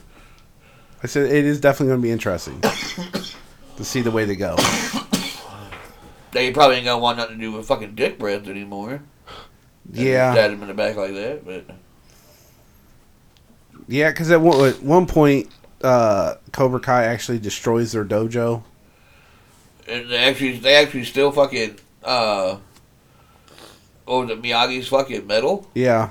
A: I said it is definitely going to be
C: [coughs]
A: interesting to see the way they go.
C: They probably ain't going to want nothing to do with fucking dick breath anymore. And
A: Yeah,
C: stab him in the back like that, but
A: yeah. Because at one, at one point, uh, Cobra Kai actually destroys their dojo.
C: and they actually they actually still fucking uh. Oh, the Miyagi's fucking medal.
A: Yeah.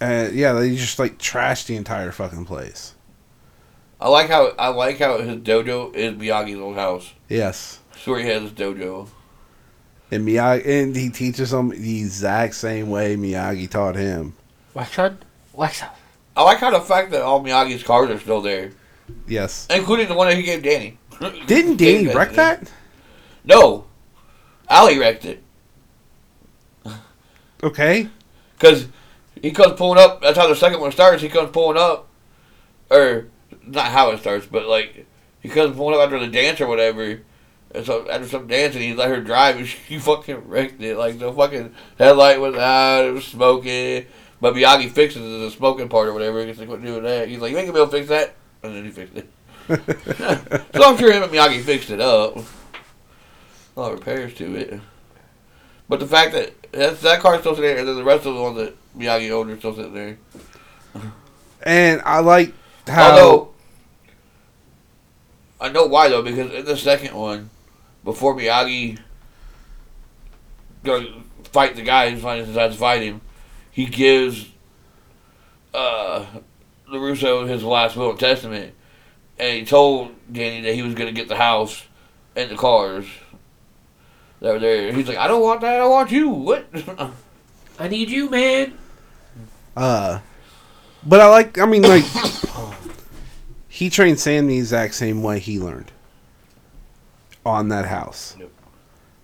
A: Uh, yeah, they just like trash the entire fucking place.
C: I like how I like how his dojo is Miyagi's old house.
A: Yes,
C: That's where he has his dojo.
A: and Miyagi and he teaches them the exact same way Miyagi taught him.
D: Wax on, wax off.
C: I like how the fact that all Miyagi's cars are still there,
A: Yes.
C: including the one that he gave Danny.
A: Didn't Danny
C: Gave
A: wreck that?
C: No, Ali wrecked it [laughs]
A: Okay.
C: because he comes pulling up. That's how the second one starts. He comes pulling up, or not how it starts, but like He couldn't pull up after the dance or whatever. And so after some dance, and he let her drive, and [laughs] she fucking wrecked it. Like the fucking headlight was out, it was smoking. But Miyagi fixes the smoking part or whatever. He's like, "What doing that?" He's like, "You ain't gonna be able to fix that." And then he fixed it. so I'm sure him and Miyagi fixed it up. A lot of repairs to it. But the fact that that's, that car's still sitting there, and then the rest of the ones that Miyagi owned are still sitting there.
A: And I like how
C: Although, I know why though, because in the second one, before Miyagi goes fight the guy who finally decides to fight him, he gives uh, LaRusso his last will and testament, and he told Danny that he was going to get the house and the cars that were there. He's like, I don't want that, I want you. What? [laughs]
D: I need you, man.
A: Uh, but I like. I mean, like [coughs] he trained Sam the exact same way he learned on that house.
C: Yep.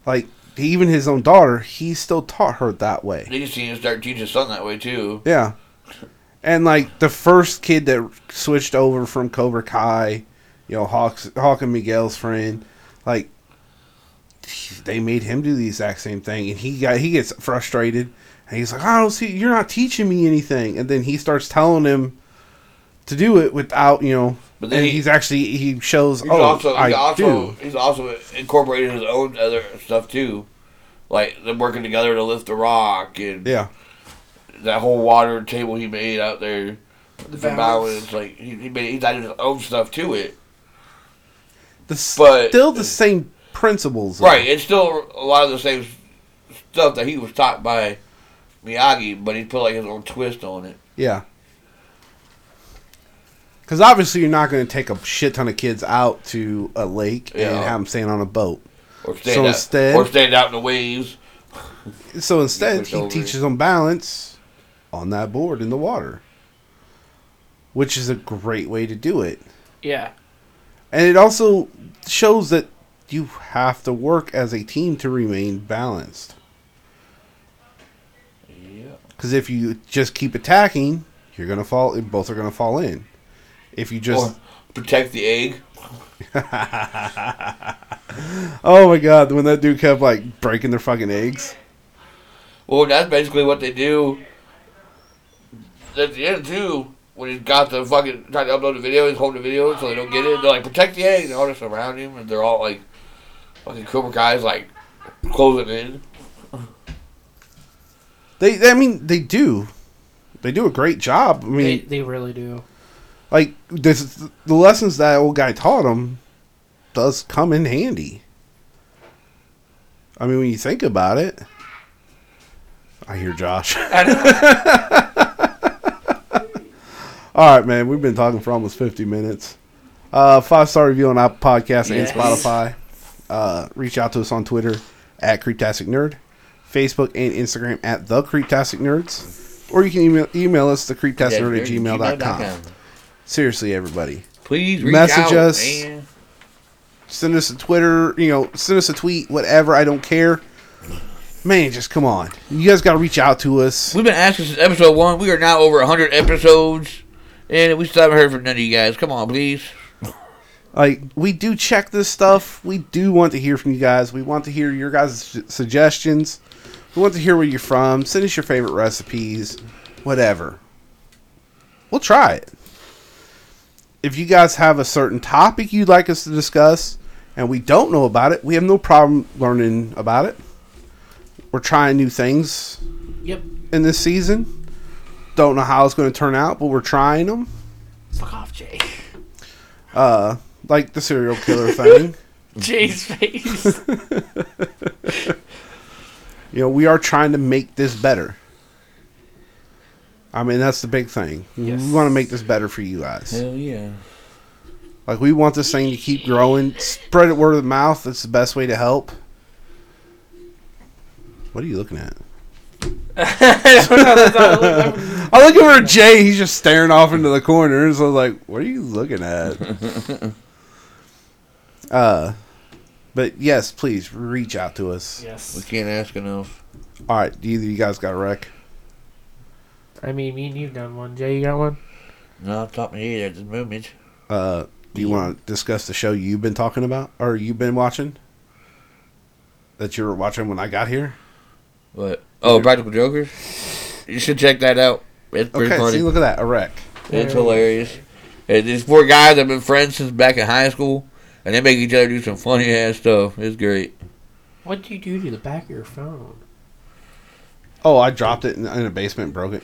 A: Like even his own daughter, he still taught her that way.
C: they just seen him start teaching his son that way too.
A: Yeah. And like the first kid that switched over from Cobra Kai, you know, Hawk's, Hawk and Miguel's friend, like they made him do the exact same thing, and he got he gets frustrated, and he's like, "I don't see you're not teaching me anything," and then he starts telling him to do it without you know,
C: But then
A: and
C: he-
A: he's actually he shows
C: He's
A: oh
C: also,
A: I
C: he's also
A: do
C: he's also incorporated his own other stuff too, like them working together to lift the rock and
A: yeah
C: that whole water table he made out there.
B: The
C: The balance, like he, he made, he's added his own stuff to it.
A: the,
C: But-
A: still the same principles though.
C: Right, it's still a lot of the same stuff that he was taught by Miyagi, but he put like his own twist on it.
A: Yeah. Because obviously you're not going to take a shit ton of kids out to a lake
C: Yeah.
A: and have them staying on a boat.
C: Or stand
A: So
C: out,
A: instead-
C: or stand out in the waves.
A: So instead,
C: push
A: he
C: over.
A: teaches them balance on that board in the water, which is a great way to do it.
B: Yeah.
A: And it also shows that you have to work as a team to remain balanced.
C: Yeah.
A: Because if you just keep attacking, you're going to fall, both are going to fall in. If you just.
C: Or protect the egg.
A: Oh my god, when that dude kept like breaking their fucking eggs.
C: Well, that's basically what they do. At the end too, when he's got the fucking trying to upload the video, he's holding the video so they don't get it. They're like protect the egg, and all this around him, and they're all like fucking Cobra guys like closing in.
A: They, they- I mean, they do. They do a great job. I mean,
D: They, they really do.
A: like this, is- the lessons that old guy taught him does come in handy. I mean, when you think about it, I hear Josh. [laughs] All right, man. We've been talking for almost fifty minutes. Uh, Five star review on Apple Podcasts and
B: Yes.
A: Spotify. Uh, reach out to us on Twitter at Creeptastic Nerd, Facebook and Instagram at the Creeptastic Nerds, or you can email email us the Creeptastic at gmail.com. Seriously, everybody,
C: Please reach
A: Message
C: out,
A: us.
C: man.
A: send us a Twitter. You know, send us a tweet, whatever. I don't care. Man, just come on. You guys got to reach out to us.
C: We've been asking since episode one. We are now over hundred episodes, and we still haven't heard from none of you guys. Come on, please.
A: Like we do check this stuff. We do want to hear from you guys. We want to hear your guys' su- suggestions. We want to hear where you're from. Send us your favorite recipes, whatever. We'll try it. If you guys have a certain topic you'd like us to discuss and we don't know about it, we have no problem learning about it. We're trying new things
B: Yep.
A: in this season. Don't know how it's going to turn out, but we're trying them.
B: Fuck off, Jay.
A: Uh, like the serial killer thing.
B: Jay's face.
A: You know, we are trying to make this better. I mean, that's the big thing. We
B: Yes.
A: want to make this better for you guys.
C: Hell yeah.
A: Like, we want this thing to keep growing. Spread it word of mouth. That's the best way to help. What are you looking at? I look over at Jay. He's just staring off into the corner. So I was like, "What are you looking at?" uh, but yes, please reach out to us.
C: We
B: yes.
C: can't ask enough.
A: All right, do either of you guys got a wreck?
D: I mean, me and you've done one. Jay, you got one?
C: Not top of my head at this moment.
A: Uh, Do you want to discuss the show you've been talking about or you've been watching? That you were watching when I got here?
C: What? Oh, Practical Jokers. You should check that out. It's pretty
A: Okay,
C: funny.
A: see, look at that. A wreck.
C: It's hilarious. And these four guys have been friends since back in high school, and they make each other do some funny ass stuff. It's great.
E: What do you do to the back of your phone?
A: Oh, I dropped it in, in a basement, broke it.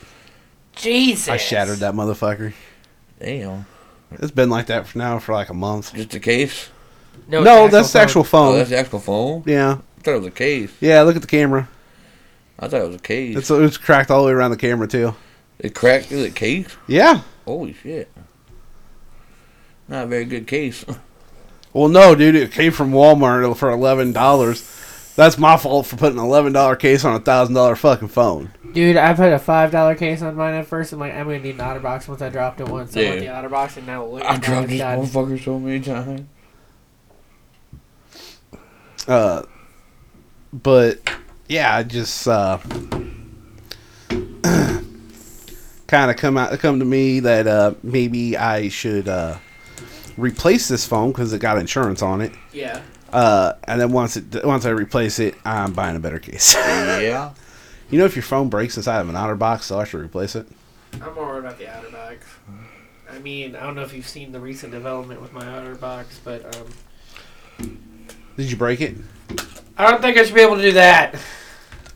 B: Jesus.
A: I shattered that motherfucker.
C: Damn.
A: It's been like that for now for like a month.
C: Just a case?
A: No,
B: it's an
A: that's the actual
C: Oh,
A: phone.
C: that's the actual phone?
A: yeah,
C: I thought it was a case.
A: yeah. Look at the camera.
C: I thought it was a case.
A: It's it's cracked all the way around the camera too.
C: it cracked through the case?
A: Yeah.
C: Holy shit. Not a very good case. [laughs]
A: Well, no, dude, it came from Walmart for eleven dollars. That's my fault for putting an eleven dollar case on a thousand dollar fucking phone.
E: Dude, I put a five dollar case on mine at first. I'm like, I'm gonna need an otter box once I dropped it once. I want
C: Yeah.
E: the otter box, and now look.
C: I
E: at
C: dropped
E: it,
C: this
E: God.
C: motherfucker so many times.
A: Uh, but yeah, I just uh, [clears throat] kind of come out come to me that uh, maybe I should uh, replace this phone because it got insurance on it.
B: Yeah.
A: Uh, and then once it once I replace it, I'm buying a better case. [laughs]
C: Yeah.
A: you know, if your phone breaks inside of an outer box, they'll actually replace it.
B: I'm more worried about the outer box. I mean, I don't know if you've seen the recent development with my outer box, but um,
A: Did you break it?
B: I don't think I should be able to do that.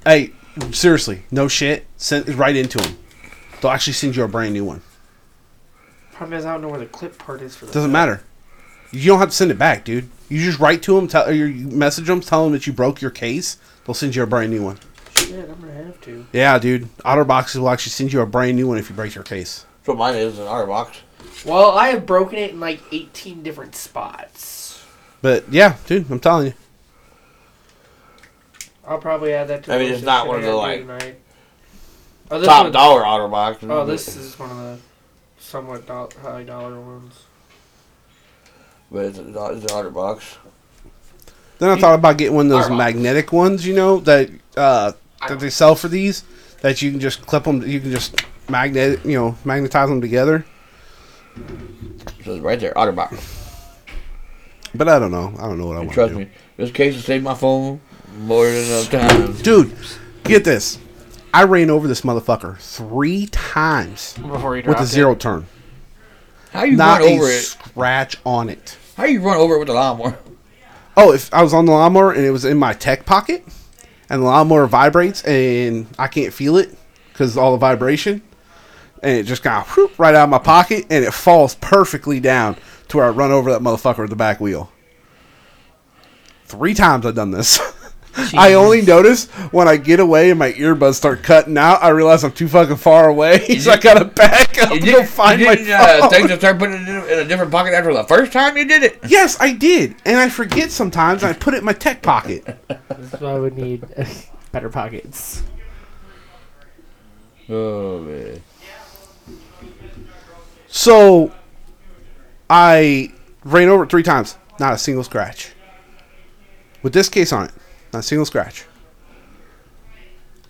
A: Hey, seriously, no shit. Send it right into them. They'll actually send you a brand new one.
B: Problem is, I don't know where the clip part is for the.
A: Doesn't matter. You don't have to send it back, dude. You just write to them, tell, or you message them, tell them that you broke your case. They'll send you a brand new one.
B: Shit, I'm gonna have to.
A: Yeah, dude. OtterBoxes will actually send you a brand new one if you break your case.
C: So mine is an R box.
B: Well, I have broken it in like 18 different spots.
A: But yeah, dude, I'm telling you.
B: I'll probably add that to.
C: I
B: the
C: mean, it's
B: list
C: not
B: shit
C: one of the,
B: I gotta do
C: like,
B: tonight. Oh, this
C: Top
B: one-
C: dollar otter box.
B: Oh, this is one of the somewhat doll- high dollar ones.
C: But it's, a- it's an otter box.
A: Then I thought about getting one of those
C: Otterbox.
A: magnetic ones, you know, that uh, that
B: Otterbox.
A: they sell for these, that you can just clip them, you can just magnet, you know, magnetize them together.
C: So it's right there, otter box.
A: But I don't know. I don't know what I
C: And
A: want to
C: trust
A: do.
C: me, this case has saved my phone more than enough times.
A: Dude, get this. I ran over this motherfucker three times
B: Before you
A: with a zero turn.
C: How you
A: Not
C: run
A: a
C: over it?
A: scratch on it.
C: How you run over it with
A: [laughs]
C: a lawnmower?
A: Oh, if I was on the lawnmower and it was in my tech pocket, and the lawnmower vibrates and I can't feel it because all the vibration, and it just kind of right out of my pocket and it falls perfectly down to where I run over that motherfucker with the back wheel. Three times I've done this. [laughs] I only notice when I get away and my earbuds start cutting out. I realize I'm too fucking far away, [laughs] so I gotta back up
C: You
A: and
C: did
A: go find
C: you
A: my
C: didn't, uh,
A: phone.
C: things to start putting it in, in a different pocket after the first time you did it.
A: Yes, I did, and I forget sometimes. and I put it in my tech pocket.
E: That's why we need better pockets.
C: Oh man.
A: So I ran over it three times. Not a single scratch. With this case on it, not a single scratch.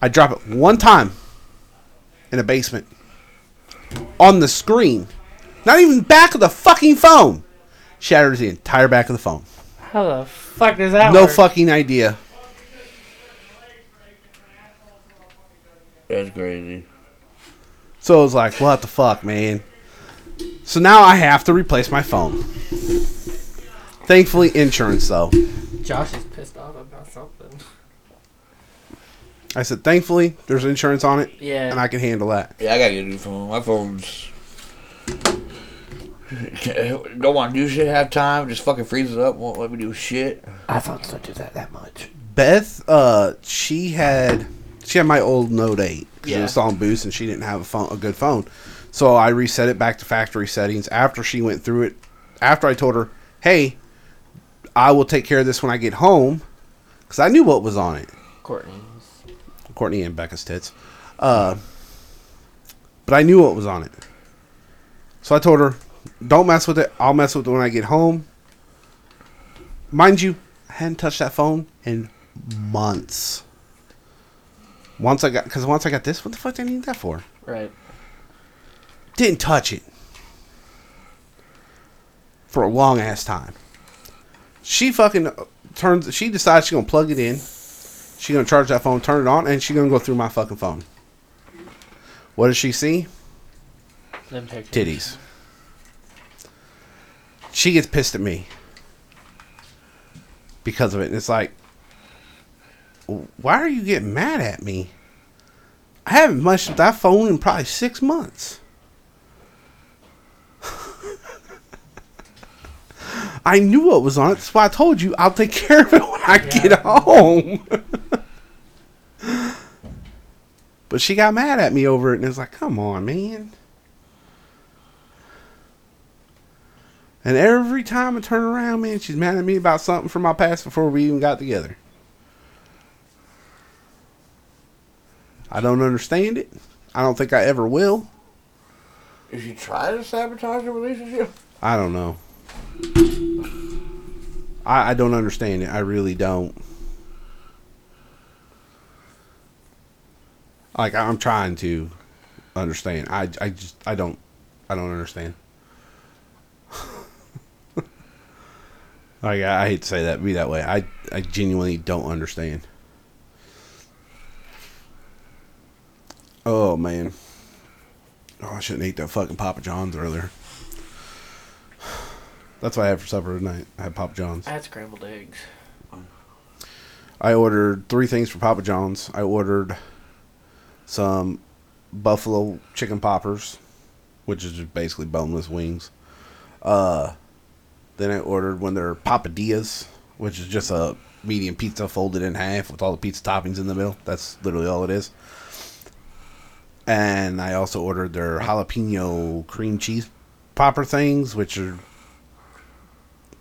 A: I drop it one time in a basement. On the screen. Not even back of the fucking phone. Shatters the entire back of the phone.
E: How the fuck does that
A: No
E: work?
A: fucking idea.
C: That's crazy.
A: So I was like, what the fuck, man? So now I have to replace my phone. Thankfully, insurance, though.
B: Josh is pissed off about something.
A: I said, thankfully, there's insurance on it,
B: Yeah.
A: and I can handle that.
C: Yeah, I gotta get a new phone. My phone's [laughs] don't want to do shit. Have time. Just fucking freezes up. Won't let me do shit.
E: iPhones don't do that that much.
A: Beth, uh, she had she had my old Note Eight. 'cause It
B: Yeah.
A: was on boost, and she didn't have a phone, a good phone. So I reset it back to factory settings after she went through it. After I told her, "Hey, I will take care of this when I get home," because I knew what was on it.
E: Courtney's.
A: Courtney and Becca's tits. Uh, but I knew what was on it. So I told her, don't mess with it. I'll mess with it when I get home. Mind you, I hadn't touched that phone in months. Once I got, because once I got this, what the fuck did I need that for?
E: Right.
A: Didn't touch it. for a long ass time. She fucking turns. She decides she's gonna plug it in. She gonna charge that phone, turn it on, and she gonna go through my fucking phone. What does she see?
D: Them pictures.
A: Titties. She gets pissed at me because of it, and it's like, why are you getting mad at me? I haven't munched that phone in probably six months. [laughs] I knew what was on it, so I told you I'll take care of it when I get home. [laughs] but she got mad at me over it, and it's like, come on, man. And every time I turn around, man, she's mad at me about something from my past before we even got together. I don't understand it. I don't think I ever will.
C: If you try to sabotage a relationship,
A: I don't know. I, I don't understand it. I really don't. Like I'm trying to understand. I I just I don't I don't understand. like I, I hate to say that, be that way. I I genuinely don't understand. Oh man. Oh, I shouldn't eat that fucking Papa John's earlier. That's what I had for supper tonight. I had Papa John's.
B: I had scrambled eggs.
A: I ordered three things for Papa John's. I ordered some buffalo chicken poppers, which is just basically boneless wings. Uh, then I ordered when they're papadillas, which is just a medium pizza folded in half with all the pizza toppings in the middle. That's literally all it is. And I also ordered their jalapeno cream cheese popper things, which are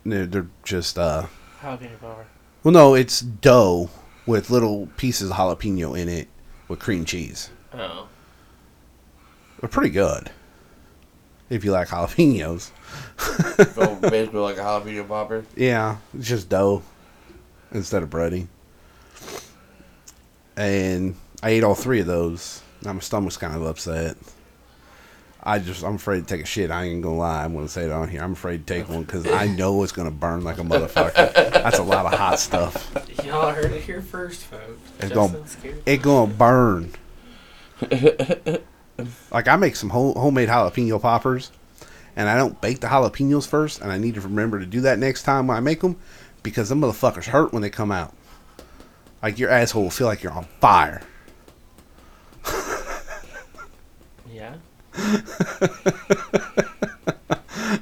A: they're, they're just uh
B: Jalapeno popper.
A: well, no, it's dough with little pieces of jalapeno in it with cream cheese.
B: Oh.
A: They're pretty good. If you like [laughs] jalapenos.
C: so [laughs] basically like a jalapeno popper.
A: Yeah, it's just dough instead of breading. And I ate all three of those. Now my stomach's kind of upset. I just, I'm afraid to take a shit. I ain't gonna lie. I'm gonna say it on here. I'm afraid to take one because I know it's gonna burn like a motherfucker. That's a lot of hot stuff.
B: Y'all heard it here first, folks.
A: It's gonna-
B: Justin's scared.
A: it gonna burn. like I make some ho- homemade jalapeno poppers, and I don't bake the jalapenos first, and I need to remember to do that next time when I make them, because them motherfuckers hurt when they come out. Like your asshole will feel like you're on fire.
B: Yeah.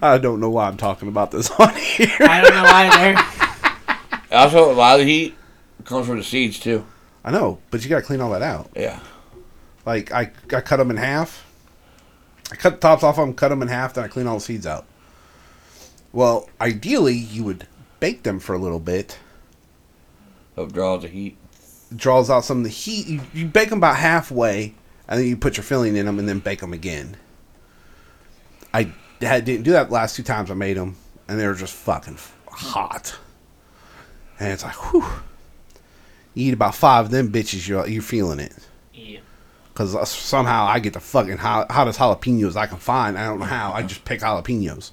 A: I don't know why I'm talking about this [laughs] on here.
D: I don't know either.
B: [laughs]
F: Also, a lot of the heat comes from the seeds too.
A: I know, but you gotta clean all that out.
F: Yeah.
A: Like I, I cut them in half. I cut the tops off them, cut them in half, then I clean all the seeds out. Well, ideally, you would bake them for a little bit,
F: Up draws the heat.
A: draws out some of the heat. You, you bake them about halfway, and then you put your filling in them, and then bake them again. I had, didn't do that the last two times I made them, and they were just fucking f- hot. And it's like, whew. You eat about five of them bitches, you're you're feeling it.
B: Yeah.
A: Because somehow I get the fucking hot, hottest jalapenos I can find. I don't know how. I just pick jalapenos.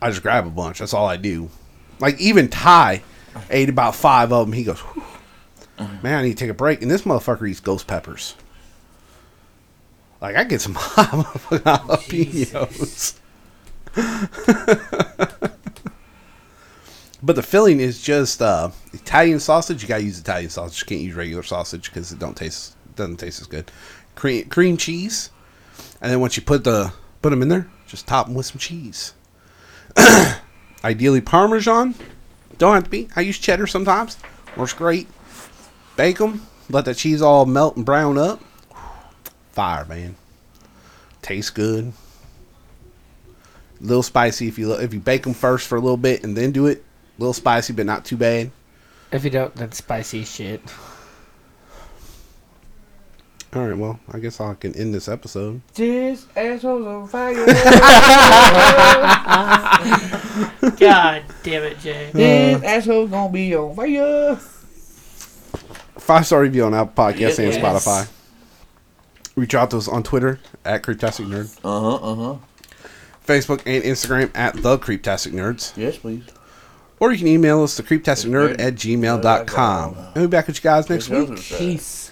A: I just grab a bunch. That's all I do. Like, even Ty ate about five of them. He goes, "Whew. Man, I need to take a break. And this motherfucker eats ghost peppers. Like, I get some [laughs] hot motherfucking jalapenos. [laughs] But the filling is just uh, Italian sausage. You gotta use Italian sausage. You can't use regular sausage because it don't taste doesn't taste as good. Cream cream cheese, and then once you put the put them in there, just top them with some cheese. Ideally Parmesan. Don't have to be. I use cheddar sometimes. Works great. Bake them. Let that cheese all melt and brown up. Fire, man. Tastes good. Little spicy if you if you bake them first for a little bit and then do it little spicy, but not too bad.
D: if you don't, then spicy shit.
A: All right, well, I guess I can end this episode.
C: This asshole's on fire.
A: Mm.
B: God damn it, Jay.
C: this asshole's gonna be on fire.
A: Five star review on Apple Podcasts and
F: Yes.
A: Spotify.
F: Uh-huh,
A: Reach out to us on Twitter at Creeptastic Nerd.
F: Uh huh. Uh huh.
A: Facebook, and Instagram at The Creeptastic Nerds.
C: Yes, please.
A: Or you can email us, thecreeptasticnerd at gmail.com. And we'll be back with you guys next week.
C: Doesn't say.
B: Peace.